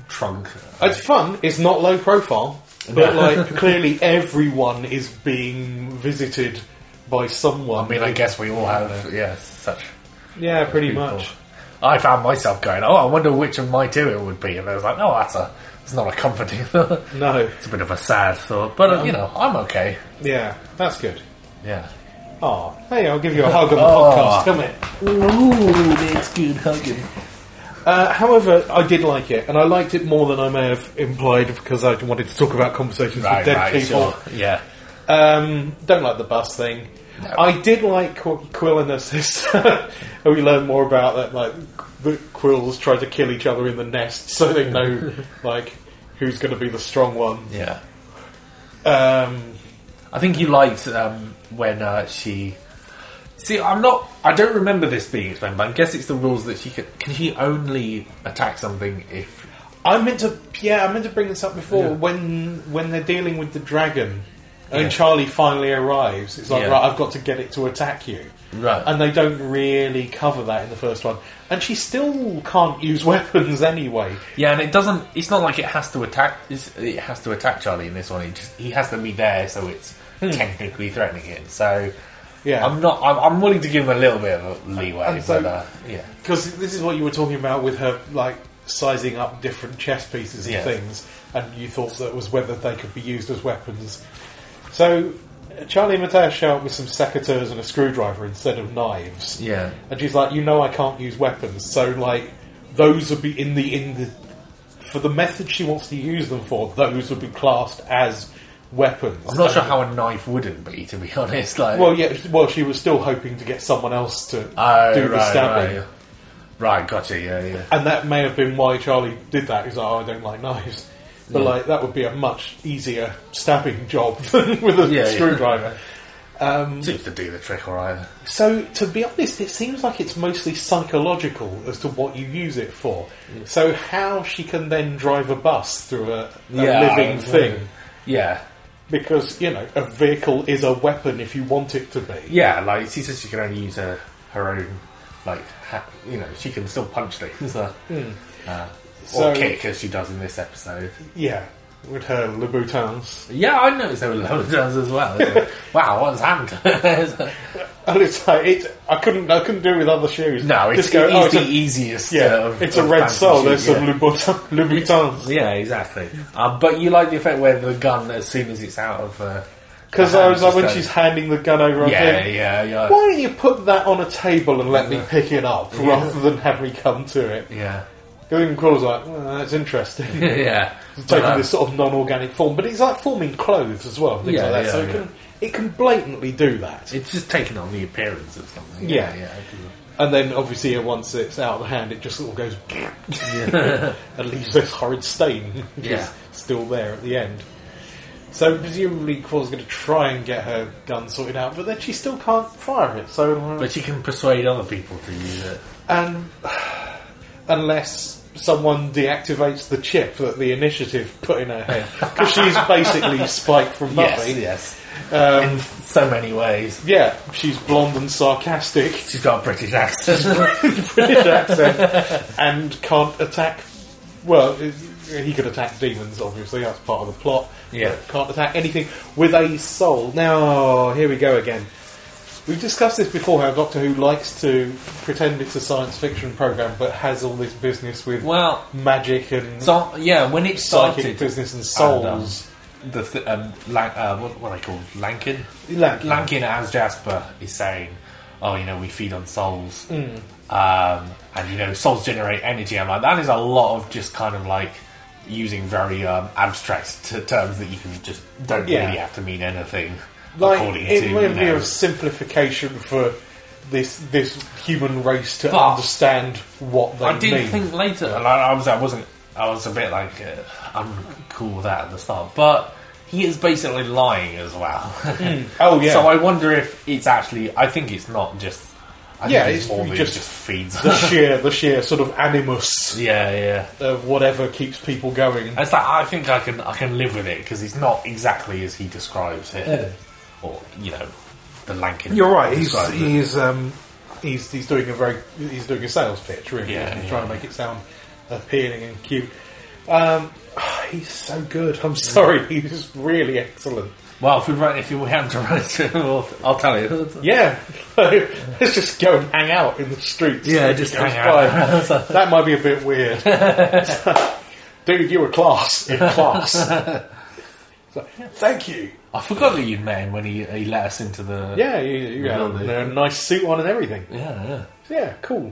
trunk.
It's fun. It's not low profile, but like clearly everyone is being visited by someone.
I mean, I guess we all have yeah such
yeah, pretty
people.
much.
I found myself going, oh, I wonder which of my two it would be. And I was like, oh, that's a, it's not a comforting thought.
No,
It's a bit of a sad thought, but uh, you know, I'm okay.
yeah, that's good.
Yeah.
Oh, hey, I'll give you a hug on the
Oh.
podcast. Come here.
Ooh, that's good hugging.
Uh, however, I did like it, and I liked it more than I may have implied because I wanted to talk about conversations
Right,
with dead
right,
people.
sure. Yeah.
Um, don't like the bus thing. I did like Qu- Quill and her sister. we learned more about that, like the Quills try to kill each other in the nest, so they know like who's going to be the strong one.
Yeah.
Um,
I think you liked um, when uh, she. See, I'm not. I don't remember this being explained, but I guess it's the rules that she can. Can she only attack something if?
I meant to, yeah, I meant to bring this up before when when they're dealing with the dragon, and
Yeah.
Charlie finally arrives. It's like,
Yeah.
right, I've got to get it to attack you,
Right.
And they don't really cover that in the first one, and she still can't use weapons anyway.
Yeah, and it doesn't. It's not like it has to attack. It's, it has to attack Charlie in this one. It just he has to be there, so it's technically threatening him. So
Hmm. Yeah.
I'm not. I'm, I'm willing to give him a little bit of a leeway,
And so-
but uh, yeah,
Because this is what you were talking about with her, like sizing up different chess pieces and
Yeah.
things, and you thought that was whether they could be used as weapons. So uh, Charlie and Mateo show up with some secateurs and a screwdriver instead of knives.
Yeah.
and she's like, "You know, I can't use weapons, so like those would be in the in the for the method she wants to use them for. Those would be classed as weapons.
I'm not sure how a knife wouldn't be, to be honest. Like,
Well, yeah. Well, she was still hoping to get someone else to
oh,
do
right,
the stabbing,
Right, right, gotcha. Yeah, yeah.
and that may have been why Charlie did that. He's like, "Oh, I don't like knives," but like that would be a much easier stabbing job than with a
Yeah, yeah.
screwdriver. Um,
Seems to do the trick, all right.
So, to be honest, it seems like it's mostly psychological as to what you use it for.
Mm.
So, how she can then drive a bus through a, a
Yeah,
living
I-
thing.
Yeah,
Because, you know, a vehicle is a weapon if you want it to be.
yeah. Like she says, she can only use her her own. Like, ha- you know, she can still punch things. uh, uh,
So-
or kick, as she does in this episode.
Yeah, with her Louboutins.
Yeah, I noticed there were lockdowns as well. It's like, wow, what's happened?
And it's like, it, I couldn't I couldn't do with other shoes.
no, it's,
Just go,
it is
"Oh, it's
the
a,
easiest.
yeah,
uh, of-
it's a
of
red
fancy
sole,
shoe,
there's
yeah.
some Louboutin, Louboutins.
Yeah, exactly. Uh, but you like the effect where the gun, as soon as it's out of. uh,
Because
her
I
hand,
was like, when
just
she's handing the gun over,
goes,
I'm
Yeah,
thinking,
yeah, yeah.
Why don't you put that on a table and let me pick it up rather than have me come to it?
Yeah.
Gillian Craw's like, well, that's interesting.
yeah.
It's
But,
taking
uh,
this sort of non-organic form, but it's like forming clothes as well, things
Yeah,
like that.
yeah,
so it
yeah.
can it can blatantly do that.
It's just taking on the appearance of something.
Yeah.
yeah.
and then obviously uh, once it's out of the hand, it just sort of goes and leaves this horrid stain, which
Yeah.
is still there at the end. So presumably Craw's going to try and get her gun sorted out, but then she still can't fire it. So
But she can persuade other people to use it.
and unless someone deactivates the chip that the initiative put in her head, because she's basically Spike from Buffy.
yes.
Um,
In so many ways.
Yeah, she's blonde and sarcastic,
She's got a British accent.
British accent, and can't attack. Well, he could attack demons, obviously, that's part of the plot.
Yeah.
but Can't attack anything with a soul. Now, here we go again. We've discussed this before how Doctor Who likes to pretend it's a science fiction program but has all this business with
well,
magic and
so, yeah, when it
psychic
started.
business and
and, um,
souls.
the th- um, Lan- uh, what, what are they called? Lankin?
Lankin.
Lankin as Jasper is saying, oh, you know, we feed on souls.
Hmm.
Um, and, you know, souls generate energy. I'm like, that is a lot of just kind of like using very um, abstract t- terms that you can just don't
Yeah.
really have to mean anything.
like
according
it
to,
might
you
be
know.
a simplification for this this human race to
But-
understand what they
I did
mean.
think later. Like, I was, I wasn't, I was a bit like uh, uncool with that at the start, but he is basically lying as well.
Oh, yeah.
So I wonder if it's actually. I think it's not just. I
Yeah,
think
it's
more that
just-
it just feeds.
the sheer the sheer sort of animus
yeah, yeah.
of whatever keeps people going.
It's like I think I can I can live with it because it's not exactly as he describes it, or you know, the Lankin.
You're right. He's
describes it.
he's um, he's he's doing a very he's doing a sales pitch really.
Yeah,
he's
yeah.
trying to make it sound appealing and cute. Um, he's so good. I'm sorry. He's really excellent.
Well, if we run, if we have to run into, him, I'll, I'll tell you.
Yeah, let's just go and hang out in the streets.
Yeah,
If he
just
goes
hang out.
by. that might be a bit weird. Dude, you were class in class. It's like, Thank you.
I forgot that you'd met him when he, he let us into the
Yeah, you, you had
Lovely.
a, a nice suit on and everything.
yeah yeah.
Yeah, cool.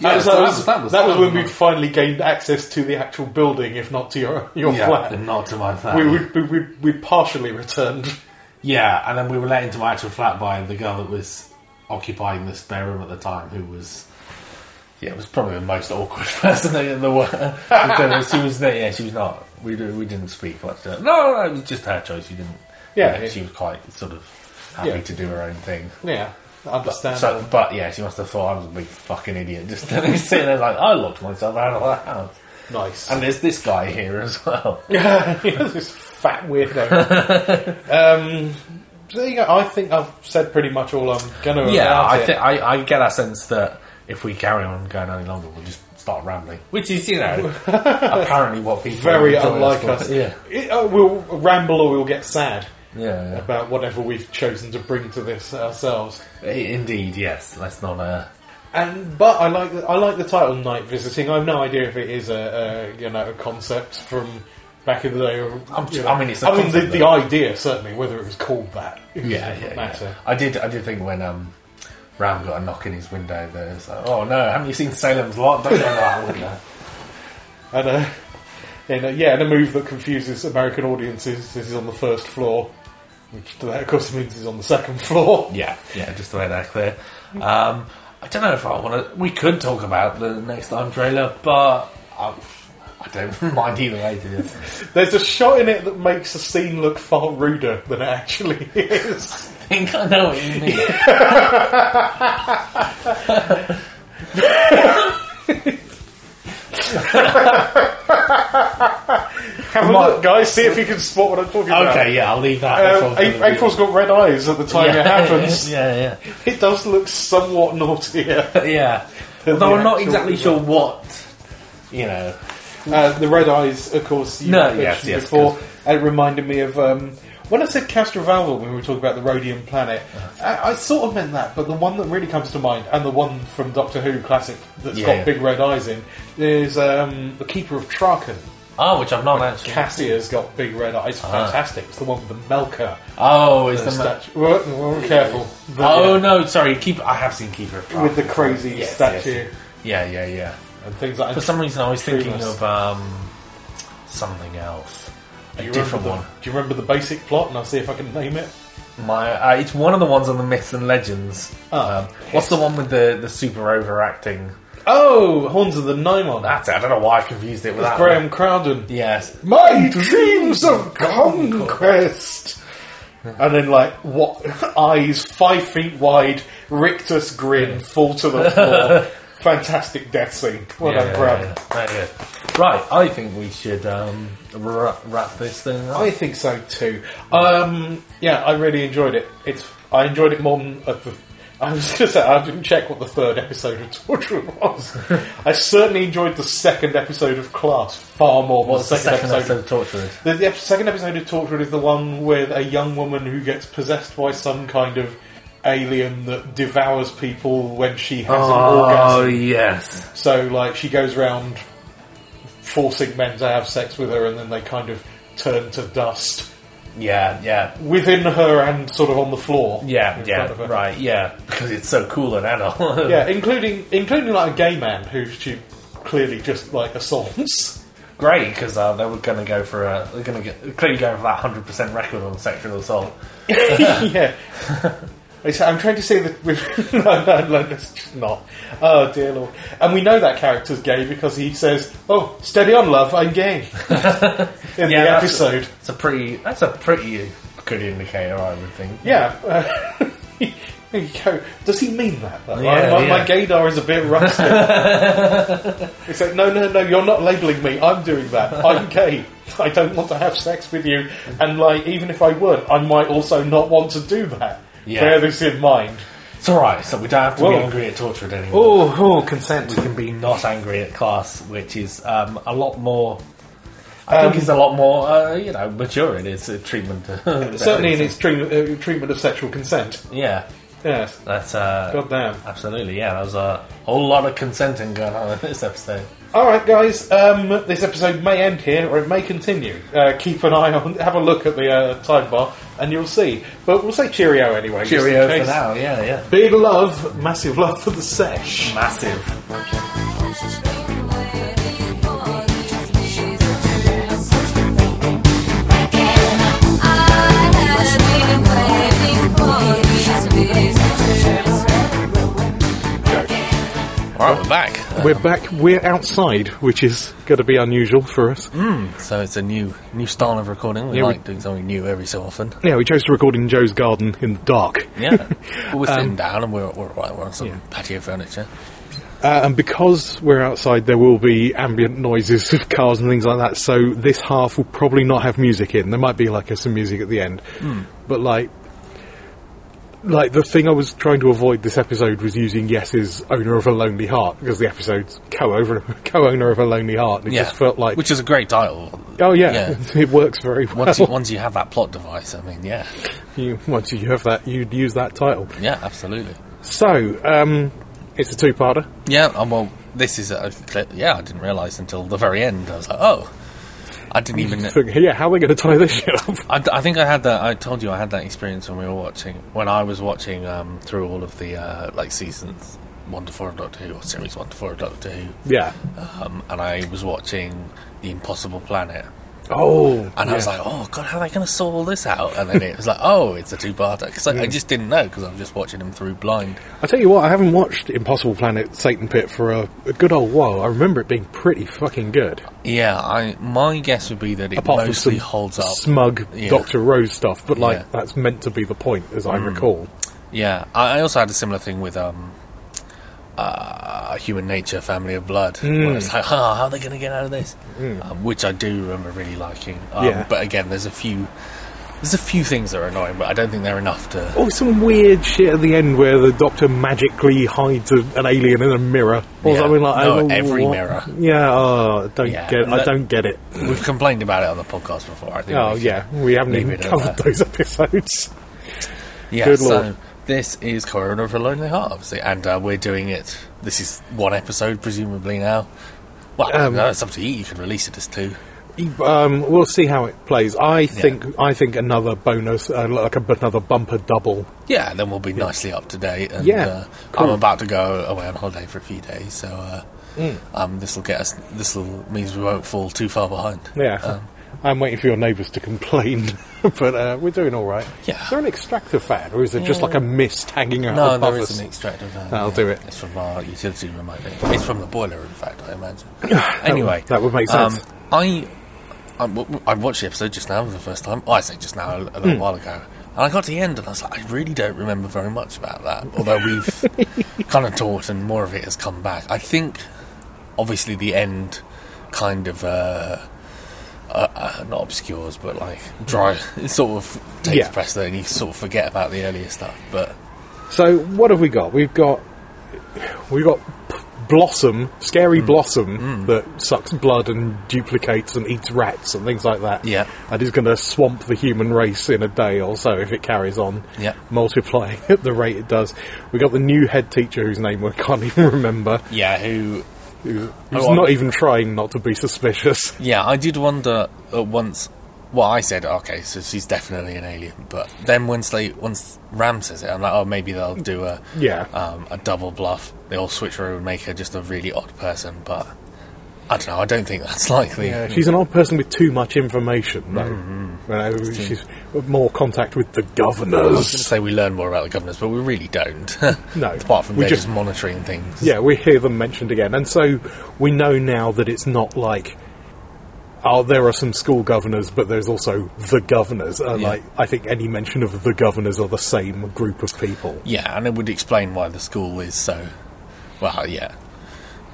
Yeah,
that, was,
so
that,
that
was,
was- that was-
that was
that
when
was
we'd
nice.
finally gained access to the actual building, if not to your your
yeah,
flat.
and not to my flat.
We would we, we, we partially returned.
yeah, and then we were let into my actual flat by the girl that was occupying the spare room at the time, who was yeah, was probably the most awkward person in the world. Because she was there, yeah, she was not. We d- we didn't speak much. To her. No, no, it was just her choice. She didn't.
Yeah,
you know,
yeah.
she was quite sort of happy
Yeah.
to do her own thing.
Yeah, understand.
So, but yeah, she must have thought I was a big fucking idiot. Just sitting there like I locked myself out of the house,
nice.
and there's this guy here as well.
this fat weirdo. um, so there you go. I think I've said pretty much all I'm going to.
Yeah,
about
I,
it.
thi- I I get that sense that if we carry on going any longer, we'll just start rambling, which is you know apparently what people
very
enjoy
unlike
for.
us.
Yeah,
It- uh, we'll ramble or we'll get sad
yeah,
about whatever we've chosen to bring to this ourselves.
yeah. I- indeed. Yes, let's not. Uh,
And but I like the, I like the title "Night Visiting." I've no idea if it is a, a you know a concept from back in the day. Or,
I'm
you
ju-
know.
I mean, it's a
I mean the,
concept,
the
though.
idea certainly whether it was called that. it
yeah,
doesn't
yeah,
matter.
yeah. I did. I did think when um. Ram got a knock in his window. There, it's like, oh no! Haven't you seen Salem's Lot? Don't go in that window.
And uh, In a, yeah, in a move that confuses American audiences, this is on the first floor, which to that of course means he's on the second floor.
Yeah, yeah, just to make that clear. Um, I don't know if I want to. We could talk about the next time trailer, but I, I don't mind either way. To this.
There's a shot in it that makes the scene look far ruder than it actually is.
I think I know what you mean.
Have a
Right.
look, guys, see if you can spot what I'm talking about.
okay, yeah, I'll leave that.
Um,
That's all for
A-
the
April's got red eyes at the time it happens.
yeah,
It does look somewhat naughty.
yeah, yeah. Although I'm not
actual-
exactly sure what. You know,
Uh, the red eyes, of course, you
No,
mentioned
yes, yes,
before. Uh, It reminded me of um, when I said Castrovalval when we were talking about the Rhodium planet. I, I sort of meant that, but the one that really comes to mind, and the one from Doctor Who classic that's
Yeah,
got
yeah.
big red eyes in, is um, the Keeper of Traken.
oh, which I've not actually.
Cassia's got big red eyes.
Ah.
Fantastic. It's the one with the Melka
oh, is the, ma-
statue. Well, well, careful. The-
Oh no, sorry. Keep. I have seen Keeper of Track.
With the crazy
Yes, yes,
statue
yes. Yeah, yeah, yeah.
and things like
For some reason, I was
Pretty
thinking
nice.
of um, something else,
Do
a
you
different
remember
one.
the- Do you remember the basic plot? And I'll see if I can name it.
My, uh, it's one of the ones on the myths and legends.
Ah.
um, what's the one with the the super overacting?
Oh, Horns of the Nymon.
That's it. I don't know why I confused it with that. one.
Graham Crowden.
Yes.
My dreams of conquest. And then, like, what eyes five feet wide, rictus grin, fall to the floor. Fantastic death scene. What
Yeah,
a
yeah,
grab.
yeah, yeah. Very good. Right. I think we should um, ra- wrap this thing up.
I think so too. Um, yeah, I really enjoyed it. It's I enjoyed it more than. Uh, the, I was going to say I didn't check what the third episode of Torture was. I certainly enjoyed the second episode of Class far more than
What's
the
the
second, episode.
of Tortured?
The, the ep- second episode of Torture is the one with a young woman who gets possessed by some kind of alien that devours people when she has an orgasm.
Oh yes.
So, like, she goes around forcing men to have sex with her, and then they kind of turn to dust
Yeah. Yeah.
within her and sort of on the floor.
Yeah,
in front of
yeah,
her.
right, yeah, because it's so cool and adult.
Yeah, including including like a gay man who she clearly just like assaults.
great because uh, they were going to go for a they're going to get clearly going for that hundred percent record on sexual assault.
yeah. It's- I'm trying to say that we no, no, no, it's just not. Oh dear lord! And we know that character's gay because he says, "Oh, steady on, love, I'm gay." In the
that's-
episode,
It's a pretty that's a pretty good indicator, I would think.
yeah. Uh, there you go. Does he mean that? Though?
Yeah,
my, my
yeah.
gaydar is a bit rusty. it's like, no, no, no. You're not labelling me. I'm doing that. I'm gay. I don't want to have sex with you. And like, even if I weren't, I might also not want to do that.
Yeah.
Bear this in mind.
It's all right, so we don't have to
Whoa.
be angry at tortured anymore.
Oh, oh, consent.
We can be not angry at class, which is um, a lot more. I
Um,
think it's a lot more, uh, you know, mature. It is uh, treatment.
Certainly in its treat- uh, treatment of sexual consent.
yeah.
Yes.
That's uh,
God damn.
absolutely yeah. That was a whole lot of consenting going on in this episode.
All right, guys. Um, this episode may end here, or it may continue. Uh, keep an eye on, have a look at the uh, time bar, and you'll see. But we'll say cheerio anyway. just in
Cheerio for
case.
now. Yeah, yeah.
Big love, massive love for the sesh.
Massive. All right, we're back.
We're back. We're outside, which is going to be unusual for us.
So it's a new new style of recording. We
Yeah, we-
like doing something new every so often.
Yeah, we chose to record in Joe's garden in the dark.
Yeah, But
Um,
we're sitting down and we're we're, all right, we're on some patio furniture.
Uh, and because we're outside, there will be ambient noises of cars and things like that. So this half will probably not have music in. There might be like uh, some music at the end,
Hmm.
but like, like the thing I was trying to avoid this episode was using Yes's "Owner of a Lonely Heart" because the episode's co-owner co-owner of a Lonely Heart. And it
Yeah,
just felt like,
which is a great title.
oh yeah,
yeah.
it works very well.
Once you, once you have that plot device, I mean, yeah,
you, once you have that, you'd use that title.
yeah, absolutely.
So um, it's a two-parter.
Yeah, um, well, this is a clip. Yeah, I didn't realise until the very end. I was like, oh, I didn't even.
So, yeah, how are we going to tie this shit up?
I, I think I had that. I told you I had that experience when we were watching, when I was watching um, through all of the uh, like seasons one to four of Doctor Who or series one to four of Doctor Who,
yeah.
um, and I was watching the Impossible Planet.
Oh,
And I was like, oh, God, how are they going to sort all this out? And then it was like, oh, it's a two-parter. Because I, I just didn't know, because I'm just watching them through blind.
I tell you what, I haven't watched Impossible Planet Satan Pit for a, a good old while. I remember it being pretty fucking good.
Yeah, I my guess would be that it
Apart
mostly
from some
holds up.
smug
Yeah.
Doctor Rose stuff, but like
Yeah. Mm.
that's meant to be the point, as I recall.
Yeah, I, I also had a similar thing with um, uh, Human Nature, Family of Blood.
Hmm.
Where it's like, oh, how are they going to get out of this? Um, which I do remember really liking. Um,
Yeah.
But again, there's a few, there's a few things that are annoying, but I don't think they're enough to.
Oh, some weird shit at the end where the Doctor magically hides a, an alien in a mirror or
Yeah.
something like
No,
that. Oh,
every mirror.
Yeah, oh, I don't
Yeah.
get. I
That-
don't get it.
We've complained about it on the podcast before. I think.
Oh
we-
yeah, we haven't
leave
even
it at
covered
that.
those episodes.
Yeah,
Good
so
lord.
this is Corridor of a Lonely Heart, obviously, and uh, we're doing it. This is one episode, presumably now. Well,
Um,
no, it's up to you. You can release it as two.
Um, we'll see how it plays. I think. I think another bonus, uh, like a, another bumper double.
Yeah, and then we'll be nicely up to date. And,
Yeah,
uh,
cool.
I'm about to go away on holiday for a few days, so uh,
Mm.
um, this will get us. This will means we won't fall too far behind.
Yeah.
Um,
I'm waiting for your neighbours to complain, but uh, we're doing all right.
Yeah.
Is there an extractor fan, or is it just like a mist hanging out
no,
above
there
us?
is an extractor. Van,
That'll do it.
um, It's from our utility room, I think. It's from the boiler, in fact, I imagine. anyway,
that would make sense.
Um, I, I, w- I watched the episode just now for the first time. Oh, I say just now, a, little
Hmm.
while ago. And I got to the end and I was like, I really don't remember very much about that. Although we've kind of talked and more of it has come back. I think, obviously, the end kind of. Uh, uh, uh, not obscures, but like dry. It sort of takes
Yeah.
precedent, and you sort of forget about the earlier stuff. But
So what have we got? We've got we've got P- Blossom,
Hmm.
scary Blossom, that sucks blood and duplicates and eats rats and things like that.
Yeah.
and is going to swamp the human race in a day or so if it carries on.
Yeah.
multiplying at the rate it does. We got the new head teacher whose name I can't even remember.
yeah, who
Who's
Oh, I-
not even trying not to be suspicious.
Yeah, I did wonder at once. Well, I said, okay, so she's definitely an alien. But then once they, once Ram says it, I'm like, oh, maybe they'll do a
Yeah.
um, a double bluff. They'll switch her and make her just a really odd person. But I don't know. I don't think that's likely.
Yeah, she's an odd person with too much information, though.
Mm-hmm.
You know, she's more contact with the
I was going to
governors.
say we learn more about the governors, but we really don't.
No,
apart from
we
they're
just-
just, monitoring things.
Yeah, we hear them mentioned again, and so we know now that it's not like, oh, there are some school governors, but there's also the governors. And
Yeah.
like, I think any mention of the governors are the same group of people.
Yeah, and it would explain why the school is so. Well, yeah.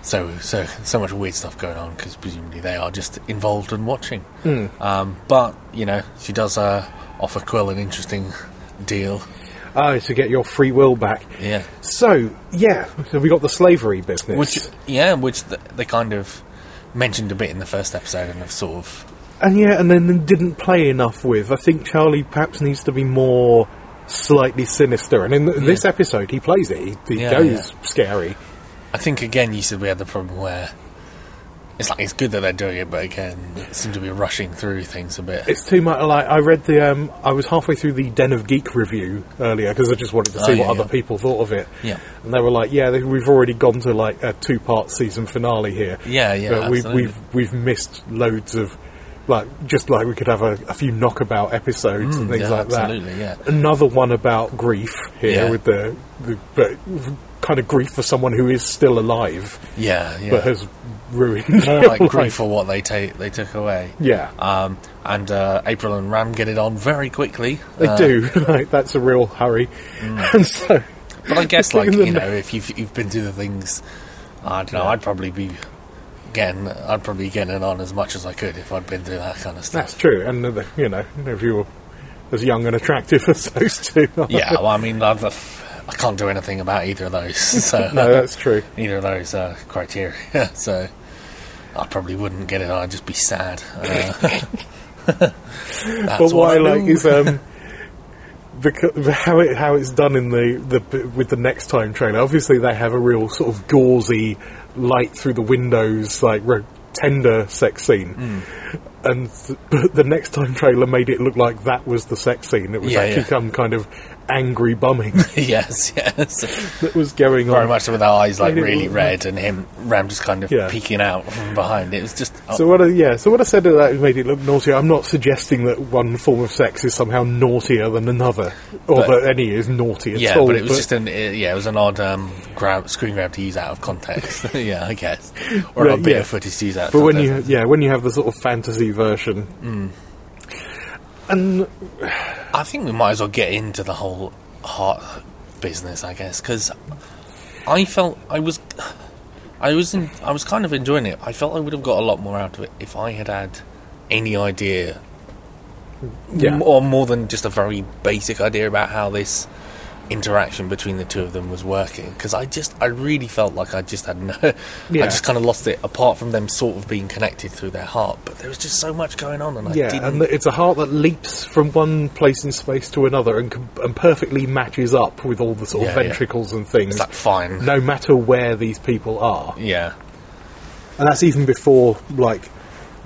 So, so, so much weird stuff going on because presumably they are just involved and watching.
Hmm.
Um, but you know, she does uh, offer Quill an interesting deal.
Oh, to get your free will back.
Yeah,
So, yeah, so we got the slavery business.
which yeah, which th- they kind of mentioned a bit in the first episode and have sort of
And yeah, and then didn't play enough with. I think Charlie perhaps needs to be more slightly sinister. And in th- this episode, he plays it. He, he
Yeah,
goes scary.
I think again you said we had the problem where it's like it's good that they're doing it, but again it seemed to be rushing through things a bit.
It's too much. Like I read the, um, I was halfway through the Den of Geek review earlier because I just wanted to
Oh,
see
yeah,
what
yeah.
other people thought of it.
Yeah.
And they were like, "Yeah, they, we've already gone to like a two-part season finale here.
Yeah, yeah,
But we've
absolutely.
we've we've missed loads of." Like just like we could have a, a few knockabout episodes and things
Mm, yeah,
like that.
absolutely, yeah.
another one about grief here
Yeah.
with the, the but kind of grief for someone who is still alive
yeah, yeah.
but has ruined
more
their
like
life.
grief for what they take they took away.
Yeah.
Um, and uh, April and Ram get it on very quickly.
They
Uh, Mm.
do like that's a real hurry, and so
But I guess,
Look
like
at
you
them.
know, if you've you've been through the things, I don't know. I'd probably be getting I'd probably be getting it on as much as I could if I'd been through that kind of
that's
stuff.
true. And uh, the- you know, if you were as young and attractive as those two, are.
yeah. Well, I mean, I've, I can't do anything about either of those. So
no, that's true.
neither of those uh, criteria. so I probably wouldn't get it on. I'd just be sad. Uh, that's
But
what
why
I
like
do.
is um. Because how it how it's done in the, the with the next time trailer, obviously they have a real sort of gauzy light through the windows, like ro- tender sex scene.
Mm.
And th- but the next time trailer made it look like that was the sex scene. It was
Yeah,
actually
yeah.
some kind of angry bumming
yes, yes.
that was going on.
Very much with our eyes like
Maybe it
really
was-
red and him Ram just kind of
Yeah.
peeking out from behind. It was just oh,
So what? I, yeah. So what I said of that made it look naughty. I'm not suggesting that one form of sex is somehow naughtier than another, or
But-
that any is naughty at
yeah,
all.
but it was just an uh, yeah, it was an odd um, grab screen grab to use out of context. yeah, I guess, or a
Right,
bit
yeah.
of footage to use out. Of Mm.
But when you
context.
yeah, when you have the sort of fantasy version, and
I think we might as well get into the whole heart business, I guess, because I felt I was, I was, in, I was kind of enjoying it. I felt I would have got a lot more out of it if I had had any idea,
Yeah.
m- or more than just a very basic idea about how this interaction between the two of them was working. Because I just, I really felt like I just had no,
Yeah.
I just kind of lost it. Apart from them sort of being connected through their heart, but there was just so much going on, and I
yeah,
didn't.
and it's a heart that leaps from one place in space to another and com- and perfectly matches up with all the sort of
Yeah, yeah.
ventricles and things.
it's like fine.
no matter where these people are,
Yeah.
and that's even before like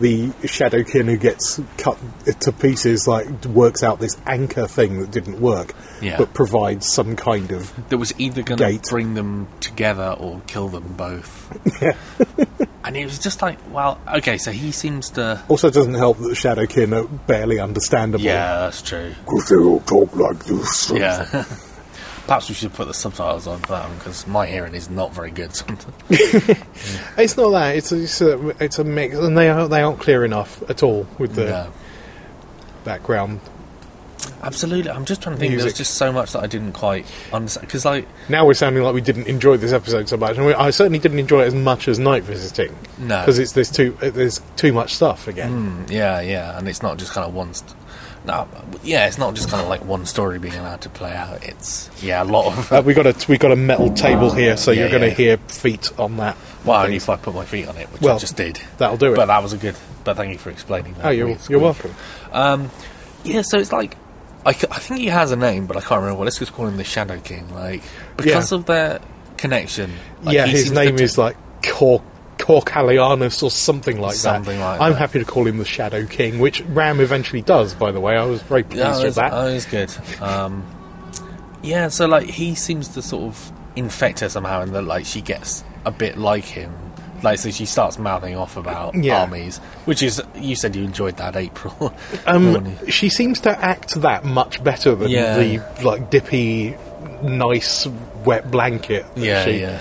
the Shadowkin who gets cut to pieces like works out this anchor thing that didn't work,
Yeah.
but provides some kind of
that was either going
Gate.
to bring them together or kill them both. and it was just like, well, okay, so he seems to.
Also, it doesn't help that the Shadowkin are barely understandable.
Yeah, that's true.
Because they all talk like this.
Yeah. Perhaps we should put the subtitles on for that because my hearing is not very good sometimes.
It's not that. It's a, it's a, it's a mix, and they are they aren't clear enough at all with the
No.
background.
Absolutely. I'm just trying to think. There
Music.
was just so much that I didn't quite understand. Because, like,
Now we're sounding like we didn't enjoy this episode so much, and we, I certainly didn't enjoy it as much as Night Visiting.
No. Hmm.
because it's there's too there's too much stuff again.
yeah, yeah. And it's not just kind of one. St- no, yeah, it's not just kind of like one story being allowed to play out. It's, yeah, a lot of.
Uh, we got a we got a metal table here, so
Yeah,
you're going to
yeah.
hear feet on that.
Well, only if I put my feet on it, which
Well,
I just did.
that'll do it.
But that was a good. But thank you for explaining that.
Oh, you're
Weird
you're
squeak.
welcome.
Yeah, so it's like. I, c- I think he has a name, but I can't remember. Let's just call him the Shadow King. Like, because of their connection. like,
yeah,
he
his
seems
name
to-
is like Cor- Corcalianus or something like
Something
that.
like
I'm
that.
happy to call him the Shadow King, which Ram eventually does, by the way. I was very pleased
Yeah, oh,
with that.
Oh, he's good. Um, yeah, so, like, he seems to sort of infect her somehow, and that, like, she gets a bit like him. Like, so she starts mouthing off about
Yeah.
armies, which is. You said you enjoyed that April.
um,
morning.
she seems to act that much better than
Yeah.
the like dippy, nice wet blanket that
yeah,
she's
yeah.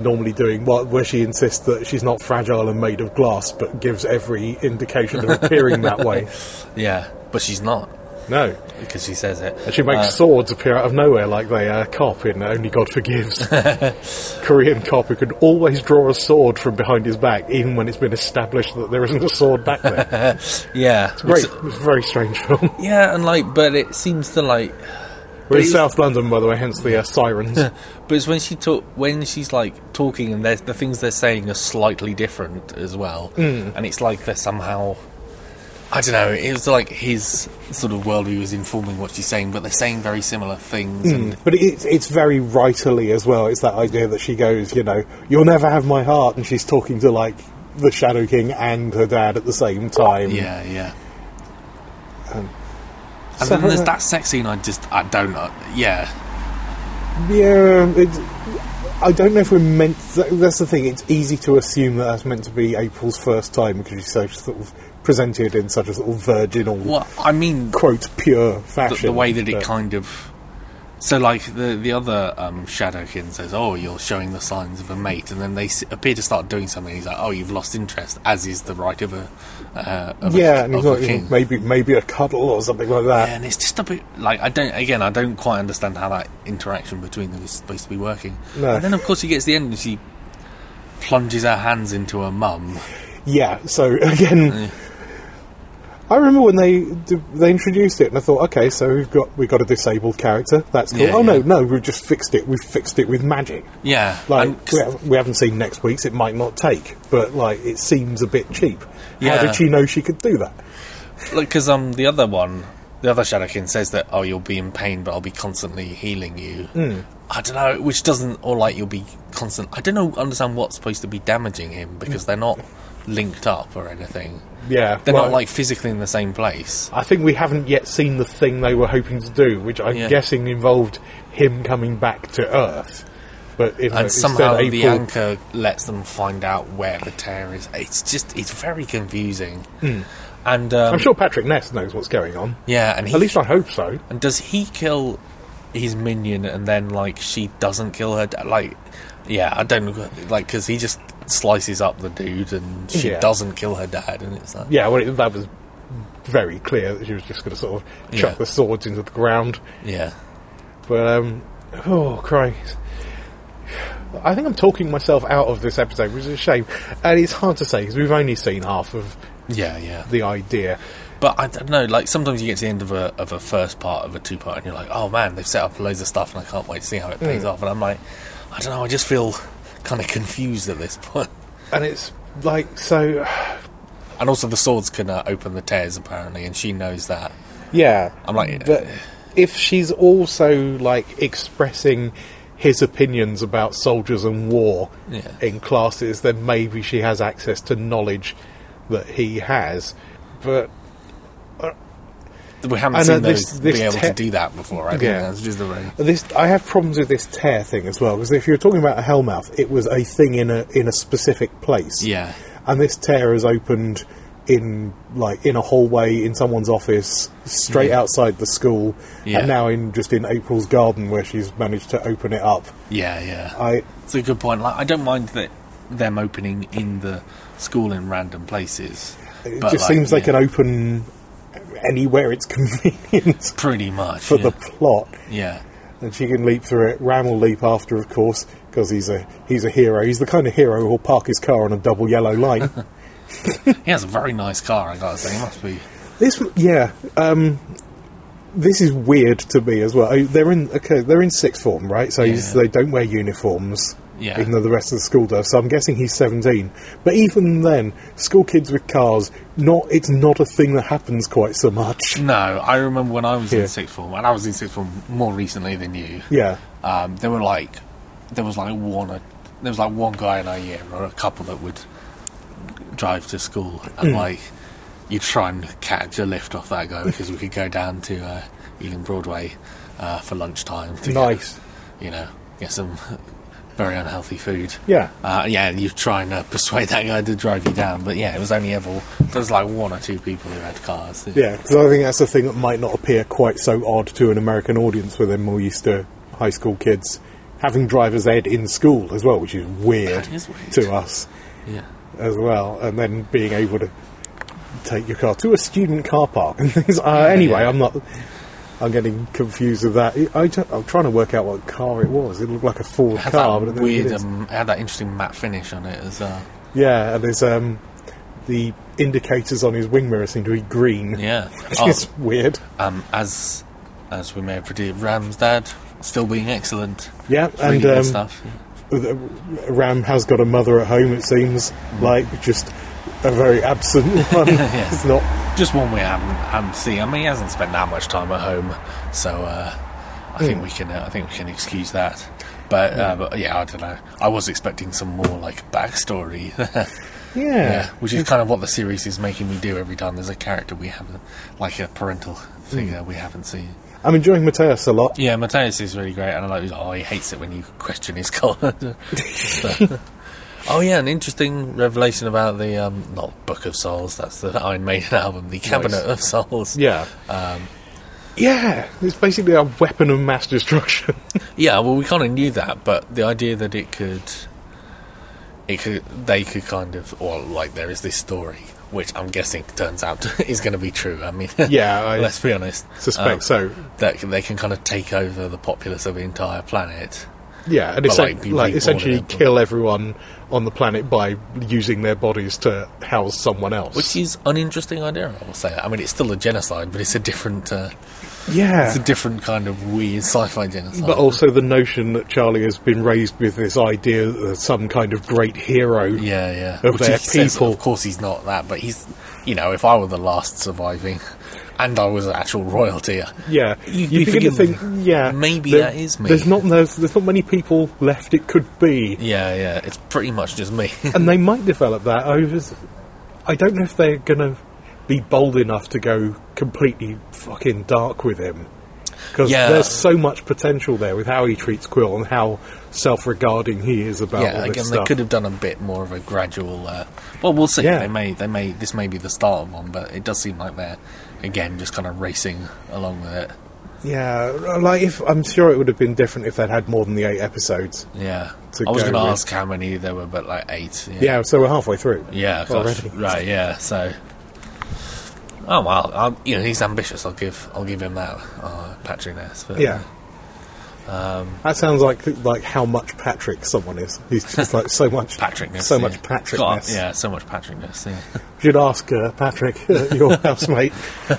normally doing. What where she insists that she's not fragile and made of glass, but gives every indication of appearing that way.
Yeah, but she's not.
No,
because she says it.
and she makes
Uh,
swords appear out of nowhere, like they uh, cop in Only God Forgives. Korean cop who can always draw a sword from behind his back, even when it's been established that there isn't a sword back there.
yeah,
Great,
It's-
it's a very strange film.
yeah, and like, but it seems to like,
We're in
it's-
South London, by the way, hence the uh, sirens.
but it's when she talk when she's like talking and there's the things they're saying are slightly different as well, mm. and it's like they're somehow. I don't know. It was like his sort of worldview was informing what she's saying, but they're saying very similar things. And
But it, it's- it's very writerly as well. It's that idea that she goes, you know, you'll never have my heart, and she's talking to like the Shadow King and her dad at the same time.
yeah, yeah. and
so-
then there's that sex scene. I just I don't know. Yeah,
Yeah, it's, I don't know if we're meant. tha- that's the thing. It's easy to assume that that's meant to be April's first time because she's so sort of presented in such a sort of virginal,
well, I mean,
quote, pure
the,
fashion.
the way that it
but-
kind of so like the the other um, Shadowkin says, "Oh, you're showing the signs of a mate," and then they s- appear to start doing something. He's like, "Oh, you've lost interest," as is the right of a uh, of a-
Yeah, and
of
he's
a
like,
king.
maybe maybe a cuddle or something like that.
Yeah, and it's just a bit like I don't again I don't quite understand how that interaction between them is supposed to be working.
No.
And then of course she gets to the end and she plunges her hands into her mum.
Yeah. So again, I remember when they d- they introduced it, and I thought, okay, so we've got we have got a disabled character. That's cool.
Yeah,
oh no,
yeah.
no, we've just fixed it. We've fixed it with magic.
Yeah,
Like
and 'cause-
we, haven't, we haven't seen next week's. It might not take, but like it seems a bit cheap. How
Yeah.
did she know she could do that?
Like, because um, the other one, the other Shadowkin says that, oh, you'll be in pain, but I'll be constantly healing you.
Hmm.
I don't know, which doesn't, or like, you'll be constant. I don't know, understand what's supposed to be damaging him because they're not linked up or anything.
Yeah,
They're
well,
not like physically in the same place.
I think we haven't yet seen the thing they were hoping to do, which I'm
Yeah.
guessing involved him coming back to Earth. But if
And
it's
somehow
still
the
April-
anchor lets them find out where the tear is. It's just it's very confusing. And um,
Hmm. I'm sure Patrick Ness knows what's going on.
yeah, and he,
At least I hope so.
and does he kill his minion and then like she doesn't kill her? da- Like yeah, I don't like because he just slices up the dude and she
Yeah.
doesn't kill her dad, and it's like
Yeah, well, it, that was very clear that she was just going to sort of chuck
Yeah.
the swords into the ground.
yeah.
But um, oh Christ, I think I'm talking myself out of this episode, which is a shame, and it's hard to say because we've only seen half of
Yeah, yeah.
the idea.
But I don't know. Like sometimes you get to the end of a of a first part of a two part, and you're like, oh man, they've set up loads of stuff, and I can't wait to see how it
Mm.
pays off. And I'm like, I don't know. I just feel kind of confused at this point.
And it's like so,
And also, the swords can uh, open the tears apparently, and she knows that.
yeah.
I'm like,
but if she's also like expressing his opinions about soldiers and war
Yeah.
in classes, then maybe she has access to knowledge that he has. But
We haven't
I know
seen
this-
those
this
being able
te-
to do that before. I think
Yeah.
that's just the way.
This I have problems with this tear thing as well because if you're talking about a hellmouth, it was a thing in a in a specific place.
Yeah.
and this tear has opened in like in a hallway in someone's office, straight
Yeah.
outside the school,
Yeah.
and now in just in April's garden where she's managed to open it up.
Yeah, yeah.
I
it's a good point. Like, I don't mind that them opening in the school in random places.
it
but,
just
like,
seems they
yeah,
can open anywhere it's convenient
pretty much
for
yeah.
the plot.
yeah.
and she can leap through it. Ram will leap after, of course, because he's a he's a hero. He's the kind of hero who'll park his car on a double yellow line.
He has a very nice car. I gotta say, he must be.
this, yeah, um, this is weird to me as well. Oh, They're in okay, they're in sixth form, right? So he's-
Yeah.
they don't wear uniforms.
Yeah.
Even though the rest of the school does, so I'm guessing he's 17. But even then, school kids with cars, not—it's not a thing that happens quite so much.
No, I remember when I was
Yeah.
in sixth form, and I was in sixth form more recently than you.
Yeah,
Um, there were like, there was like one, or- there was like one guy in our year or a couple that would drive to school,
Hmm.
and like you'd try and catch a lift off that guy because we could go down to uh, Ealing Broadway uh, for lunchtime. To get,
nice.
you know, get some very unhealthy food.
Yeah.
Uh, yeah, and you try and uh, persuade that guy to drive you down, but yeah, it was only ever there was like one or two people who had cars.
Yeah, because I think that's the thing that might not appear quite so odd to an American audience where they're more used to high school kids having driver's ed in school as well, which is weird,
That is weird.
to us
yeah,
as well. And then being able to take your car to a student car park and things. Uh, anyway, I'm not. I'm getting confused with that. I am trying to work out what car it was. It looked like a Ford
It had
car, but I
that
don't think it
weird,
is.
um, it had that interesting matte finish on it as uh, well.
yeah, and there's um, the indicators on his wing mirror seem to be green.
Yeah, oh,
it's weird.
um, as as we may have predicted, Ram's dad still being excellent,
Yeah,
reading
and
and
um,
stuff.
Ram has got a mother at home, it seems.
Mm.
Like, just a very absent one. It's not.
Just one we haven't, haven't seen. I mean, he hasn't spent that much time at home, so uh, I
Hmm.
think we can uh, I think we can excuse that. But, uh, but yeah, I don't know. I was expecting some more like backstory.
Yeah.
Yeah, which is kind of what the series is making me do every time there's a character we haven't, like a parental figure
Hmm.
we haven't seen.
I'm enjoying Mateus a lot.
Yeah, Mateus is really great, and I like. he's like, Oh, he hates it when you question his colour. oh yeah, an interesting revelation about the um, not Book of Souls. That's the Iron Maiden album, the Cabinet of Souls.
Yeah. Um, yeah, it's basically a weapon of mass destruction.
Yeah, well, we kind of knew that, but the idea that it could, it could, they could kind of, or like there is this story, which I'm guessing turns out is going to be true. I mean,
Yeah, I
let's be honest.
Suspect
Um,
so.
That can- they can kind of take over the populace of the entire planet.
Yeah, and
But,
essen-
like, be
like,
reborn
essentially
in it.
kill everyone on the planet by using their bodies to house someone else.
Which is an interesting idea, I will say. I mean, it's still a genocide, but it's a different, uh,
yeah.
it's a different kind of weird sci-fi genocide.
But also the notion that Charlie has been raised with this idea that there's some kind of great hero.
yeah, yeah.
of
he
their
says,
people.
of course, he's not that, but he's, you know, if I were the last surviving, and I was actual royalty, uh,
Yeah,
You'd
you
be
begin to think,
forgiven.
yeah,
Maybe that is me.
There's not there's, there's not many people left. It could be,
yeah, yeah, it's pretty much just me.
and they might develop that over I don't know if they're going to be bold enough to go completely fucking dark with him. Because
Yeah.
there's so much potential there with how he treats Quill and how self-regarding he is about all
yeah,
this
again, they
stuff.
could have done a bit more of a gradual. Uh, well, we'll see.
Yeah.
They may, they may. This may be the start of one, but it does seem like they're again just kind of racing along with it.
Yeah, uh, like if I'm sure it would have been different if they'd had more than the eight episodes.
Yeah,
To
I was
go
going to
with-
ask how many there were, but like eight. Yeah,
Yeah, so we're halfway through.
yeah, gosh,
already.
right. Yeah, so. Oh well, I'll, you know he's ambitious. I'll give I'll give him that. Uh, Patrick Ness. But,
Yeah.
Um,
that sounds like like how much Patrick someone is. He's just like so much
Patrick Ness.
So
yeah.
much Patrick.
God, Yeah, so much Patrick Ness. Yeah.
You'd ask uh, Patrick, your housemate,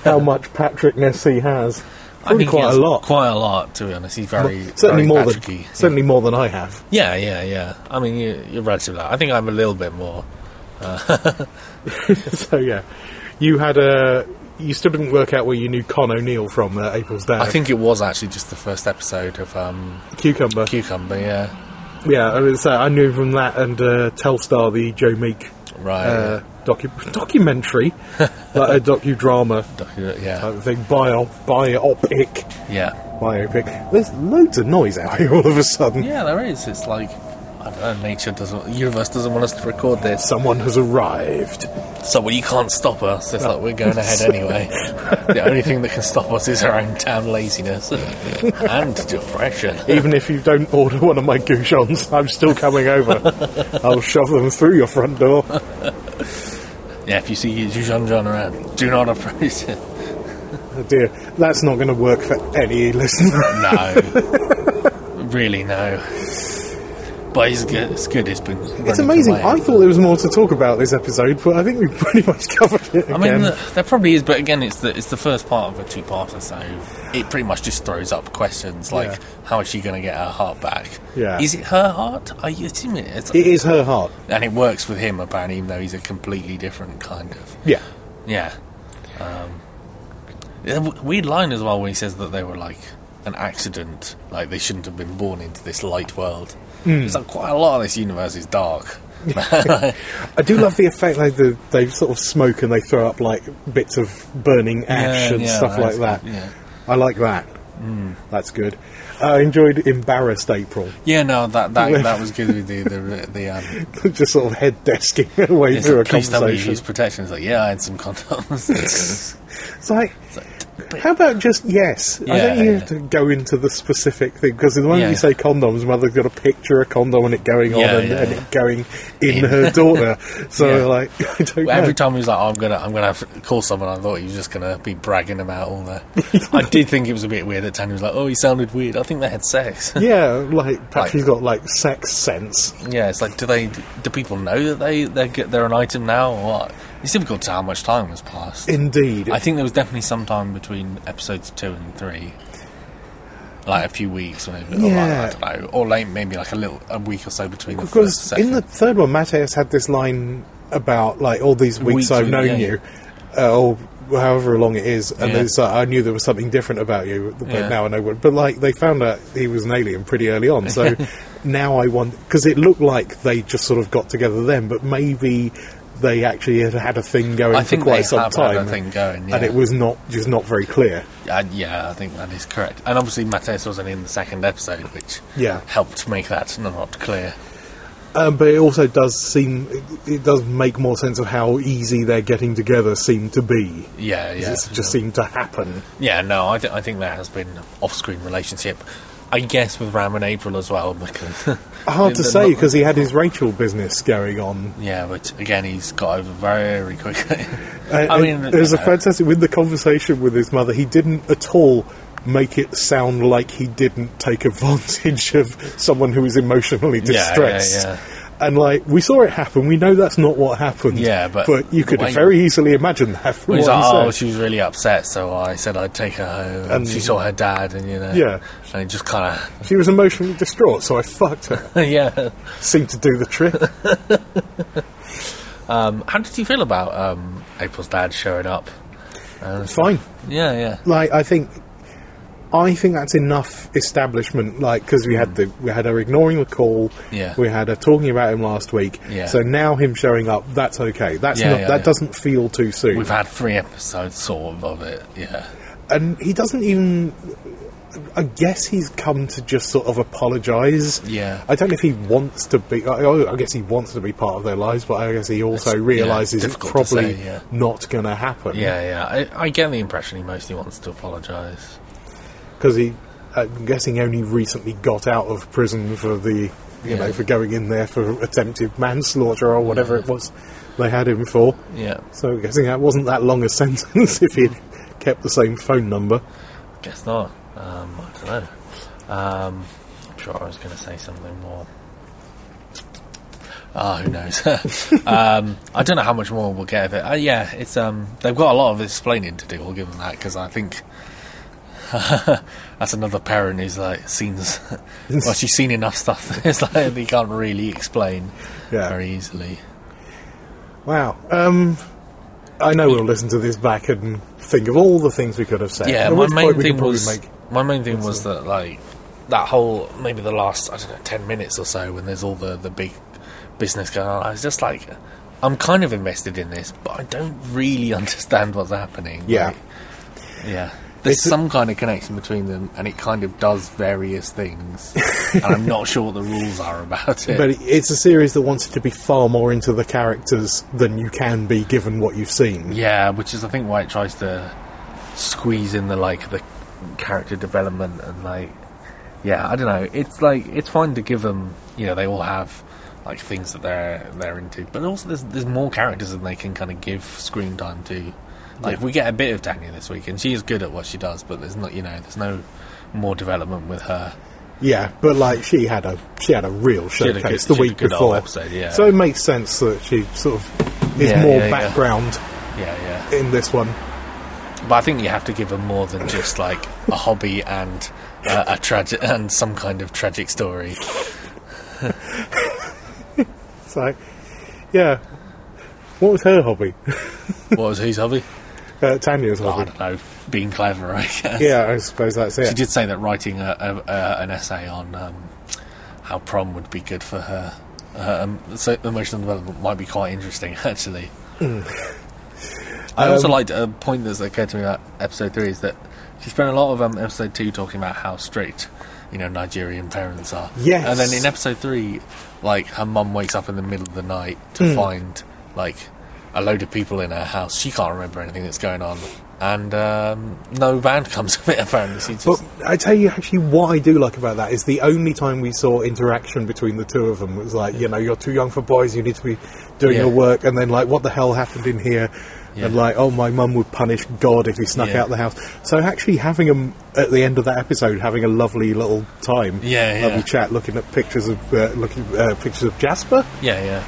how much Patrickness he has.
I
Probably
think he
quite
has
a lot.
Quite a lot, to be honest. He's very very
certainly more
Patricky.
than certainly more than I have.
Yeah, yeah, yeah. I mean, you, you're relatively. I think I'm a little bit more.
so yeah, you had a. You still didn't work out where you knew Con O'Neill from uh, April's Dad.
I think it was actually just the first episode of um,
Cucumber.
Cucumber. Yeah,
yeah, I, mean, so I knew from that and uh, Telstar, the Joe Meek
right.
uh, docu- documentary, like a docudrama
yeah.
type
yeah,
of thing, bio biopic.
yeah,
Biopic. There's loads of noise out here all of a sudden.
yeah. There is. It's like I don't know. Nature doesn't. Universe doesn't want us to record this,
Someone has arrived.
so well, you can't stop us. It's like we're going ahead anyway. the only thing that can stop us is our own damn laziness and depression.
Even if you don't order one of my goujons, I'm still coming over. I'll shove them through your front door. Oh,
Yeah, if you see Zhu John around, do not approach it.
Oh dear, that's not going to work for any listener.
No, really no. But he's good. It's good. It's been. running
It's
for
amazing.
my-
I thought there was more to talk about this episode, but I think we've pretty much covered it
I
again.
mean, uh, th there probably is, but again, it's the it's the first part of a two-parter, so it pretty much just throws up questions like,
Yeah.
how is she going to get her heart back?
Yeah.
Is it her heart? I assume it is.
it is her heart.
And it works with him apparently, even though he's a completely different kind of.
Yeah.
Yeah. Um, yeah, w- weird line as well when he says that they were like an accident, like they shouldn't have been born into this light world.
Hmm.
It's like quite a lot of this universe is dark.
I do love the effect like the, they sort of smoke and they throw up like bits of burning ash
Yeah,
and
yeah,
stuff like
that's-
that.
yeah. Mm.
I like that. That's good. I enjoyed embarrassed April,
Yeah, no, that that, that was good with the the, the um,
just sort of head desking her way
it's
through
like,
a
please tell me you
conversation.
use protection. It's like, yeah, I had some condoms.
It's like, how about just yes? I
Yeah,
don't you
yeah.
have to go into the specific thing because the moment
Yeah.
you say condoms, mother's got a picture of condom and it going on
Yeah,
and,
yeah,
and
yeah.
it going in her daughter. So
Yeah.
like, I don't know.
Every time he was like, oh, "I'm gonna, I'm gonna have to call someone," I thought he was just gonna be bragging about all the. I did think it was a bit weird that Tanya was like, "Oh, he sounded weird." I think they had sex.
yeah, like perhaps
Like-
she's got like sex sense.
Yeah, it's like, do they? Do people know that they they get they're an item now or what? It's difficult to how much time has passed.
Indeed,
I think there was definitely some time between episodes two and three, like a few weeks or maybe,
Yeah.
or like, I don't know, or like maybe like a little a week or so between. The
because
first and
in the
second.
third one, Mateus had this line about like all these weeks,
Weeks
I've
with-
known
yeah.
you, uh, or however long it is, and
Yeah.
it's like, I knew there was something different about you, but
Yeah.
now I know what. But like they found out he was an alien pretty early on, so now I want because it looked like they just sort of got together then, but maybe. They actually had had a thing going
I
for
think
quite
they
some
have had
time,
a thing going, yeah.
and it was not just not very clear.
Uh, yeah, I think that is correct. And obviously, Mateus wasn't in the second episode, which
Yeah.
helped make that not clear.
Um, but it also does seem it- it does make more sense of how easy their getting together seemed to be.
Yeah, yeah,
It's just seemed to happen.
yeah. No, I, th- I think there has been off-screen relationship. I guess with Ram and April as well, because
Hard to
They're
say
not-
because he had his Rachel business going on.
Yeah, which again he's got over very quickly.
And-
I
and
mean,
there's a
uh,
fantastic with the conversation with his mother. He didn't at all make it sound like he didn't take advantage of someone who was emotionally
Yeah, yeah,
distressed.
yeah.
And like we saw it happen, we know that's not what happened.
Yeah, but-
you could
but why-
very easily imagine that. From
He's
what
like,
he
oh,
said.
she was really upset, so I said I'd take her home.
And-
And she saw her dad, and you know,
Yeah.
and it just kind of,
she was emotionally distraught, so I fucked her.
yeah.
seemed to do the trick.
Um, how did you feel about um, April's dad showing up?
Fine.
Yeah, yeah,
Like I think I think that's enough establishment. Like because we had the we had her ignoring the call.
Mm. Yeah.
We had her talking about him last week.
Yeah.
So now him showing up, that's okay. That's
Yeah,
not
yeah,
that
yeah.
doesn't feel too soon.
We've had three episodes sort of of it. Yeah.
and he doesn't even. I guess he's come to just sort of apologise.
Yeah.
I don't know if he wants to be. I, I guess he wants to be part of their lives, but I guess he also
It's- yeah,
realises it's
difficult to
probably
say, yeah.
not going to happen.
Yeah, yeah. I, I get the impression he mostly wants to apologise.
because he, I'm guessing, only recently got out of prison for the, you know,
Yeah.
for going in there for attempted manslaughter or whatever it was they had him for.
Yeah.
So I'm guessing that wasn't that long a sentence if he'd kept the same phone number.
Guess not. Um, I don't know. Um, I'm sure I was going to say something more. Ah, who knows? um, I don't know how much more we'll get of it. Uh, yeah, it's um, they've got a lot of explaining to do. I'll give them that because I think that's another parent who's like seen. well, she's seen enough stuff. it's like they can't really explain
Yeah.
very easily.
Wow. Um, I know we'll listen to this back and think of all the things we could have said.
Yeah,
At
my
which point
main
we could
thing
probably
was my main thing was that like that whole maybe the last I don't know ten minutes or so when there's all the the big business going on. I was just like, I'm kind of invested in this, but I don't really understand what's happening.
Yeah.
Like, yeah. There's
It's a-
some kind of connection between them, and it kind of does various things. and I'm not sure what the rules are about it.
But it- it's a series that wants it to be far more into the characters than you can be given what you've seen.
Yeah, which is I think why it tries to squeeze in the like the character development and like yeah, I don't know. It's like it's fine to give them you know they all have like things that they're they're into, but also there's there's more characters than they can kind of give screen time to. Like we get a bit of Tanya this week, and she is good at what she does, but there's not you know there's no more development with her.
Yeah, but like she had a she had a real
had a
showcase
good-
the
she had a
week
good old
before,
episode, yeah.
so it makes sense that she sort of is
Yeah,
more
yeah, yeah.
background
Yeah, yeah.
in this one.
But I think you have to give them more than just like a hobby and uh, a tragic and some kind of tragic story.
So, yeah, what was her hobby?
What was whose hobby?
Uh, Tanya's
I
hobby.
don't know. Being clever, I guess.
Yeah, I suppose that's
She
it.
did say that writing a, a, a, an essay on um, how prom would be good for her. uh, Um, so emotional development might be quite interesting, actually.
Mm.
I also
Um,
liked a point that's occurred to me about episode three is that she spent a lot of um, episode two talking about how strict, you know, Nigerian parents are.
Yes.
And then in episode three, like her mum wakes up in the middle of the night to
Hmm.
find like a load of people in her house. She can't remember anything that's going on, and um, no band comes of it. Apparently, she just
But I tell you, actually, what I do like about that is the only time we saw interaction between the two of them was like, you know, you're too young for boys, you need to be doing
Yeah.
your work, and then like, what the hell happened in here? And
Yeah.
like, oh, my mum would punish God if he snuck
Yeah.
out the house. So actually, having them at the end of that episode, having a lovely little time,
Yeah, yeah.
lovely chat, looking at pictures of uh, looking uh, pictures of Jasper,
yeah, yeah,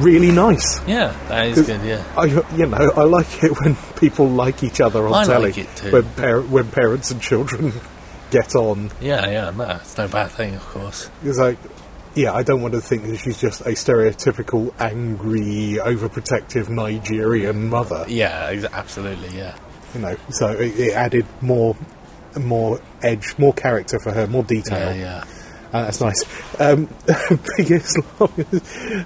really nice.
yeah. That is good. Yeah.
I, you know, I like it when people like each other on
I like
telly.
it too.
When, par- when parents and children get on,
Yeah, yeah, no, it's no bad thing, of course.
It's like, yeah, I don't want to think that she's just a stereotypical angry, overprotective Nigerian mother.
Yeah, ex- absolutely, yeah.
You know, so it, it added more, more edge, more character for her, more
Yeah,
detail.
yeah.
Uh, that's nice. Um, biggest long is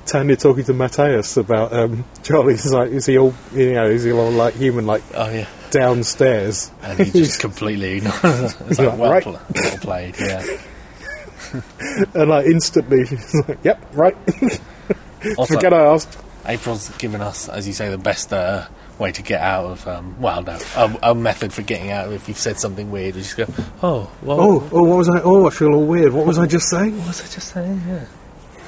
Tanya talking to Matthias about um, Charlie's like, is he all, you know, is he all like human, like
Oh, yeah.
downstairs?
And he just completely ignores it. It's
You're
like, well,
right.
pl- well played, yeah.
and like instantly she's like, yep, right,
Also,
forget I asked.
April's given us, as you say, the best uh, way to get out of, um, well, no, a, a method for getting out of if you've said something weird. You just go, oh, well,
Oh, oh, what was I? Oh, I feel all weird. What was I just saying?
what was I just saying? Yeah.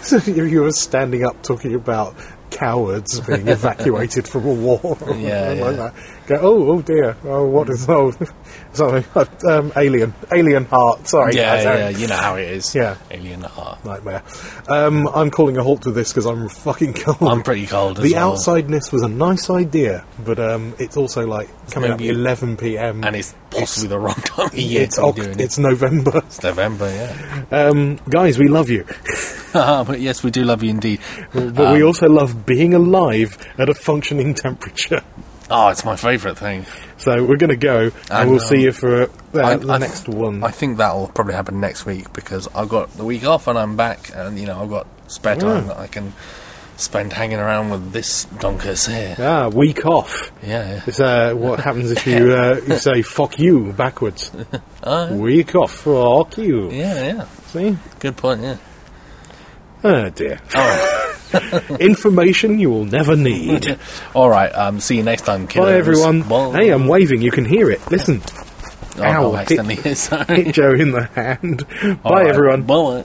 So you you were standing up talking about cowards being evacuated from a war. or
Yeah,
something like
yeah.
that. Go, oh, oh dear. Oh, what is oh, sorry, um, alien, alien heart. Sorry,
Yeah,
guys.
yeah, you know how it is.
Yeah.
Alien heart.
nightmare. Um, I'm calling a halt to this because I'm fucking cold.
I'm pretty cold as
the
well.
outsideness was a nice idea, but um, it's also like coming up
Maybe-
11 p.m.
And it's possibly the wrong time of year
it's
to
oct-
be doing
it's
it.
November.
It's November, yeah. Ah,
Um, guys, we love you,
but yes, we do love you indeed.
but we also love being alive at a functioning temperature.
Oh, it's my favourite thing.
So we're going to go, and
I
we'll
know.
see you for uh,
I-
the
I th-
next one.
I think that'll probably happen next week because I've got the week off and I'm back, and you know I've got spare time that I can spend hanging around with this donkus here.
ah, week off.
Yeah, yeah.
It's uh, what happens if you, uh, you say "fuck you" backwards. Week off, fuck you.
Uh-huh. yeah, yeah.
See?
Good point. Yeah.
Oh dear. Information you will never need.
All right. Um. See you next time, kiddos.
Bye, everyone.
Bye.
Hey, I'm waving. You can hear it. Listen,
Oh,
ow,
I accidentally hit
hit
sorry.
Joe in the hand.
All
Bye,
right,
everyone.
Bye.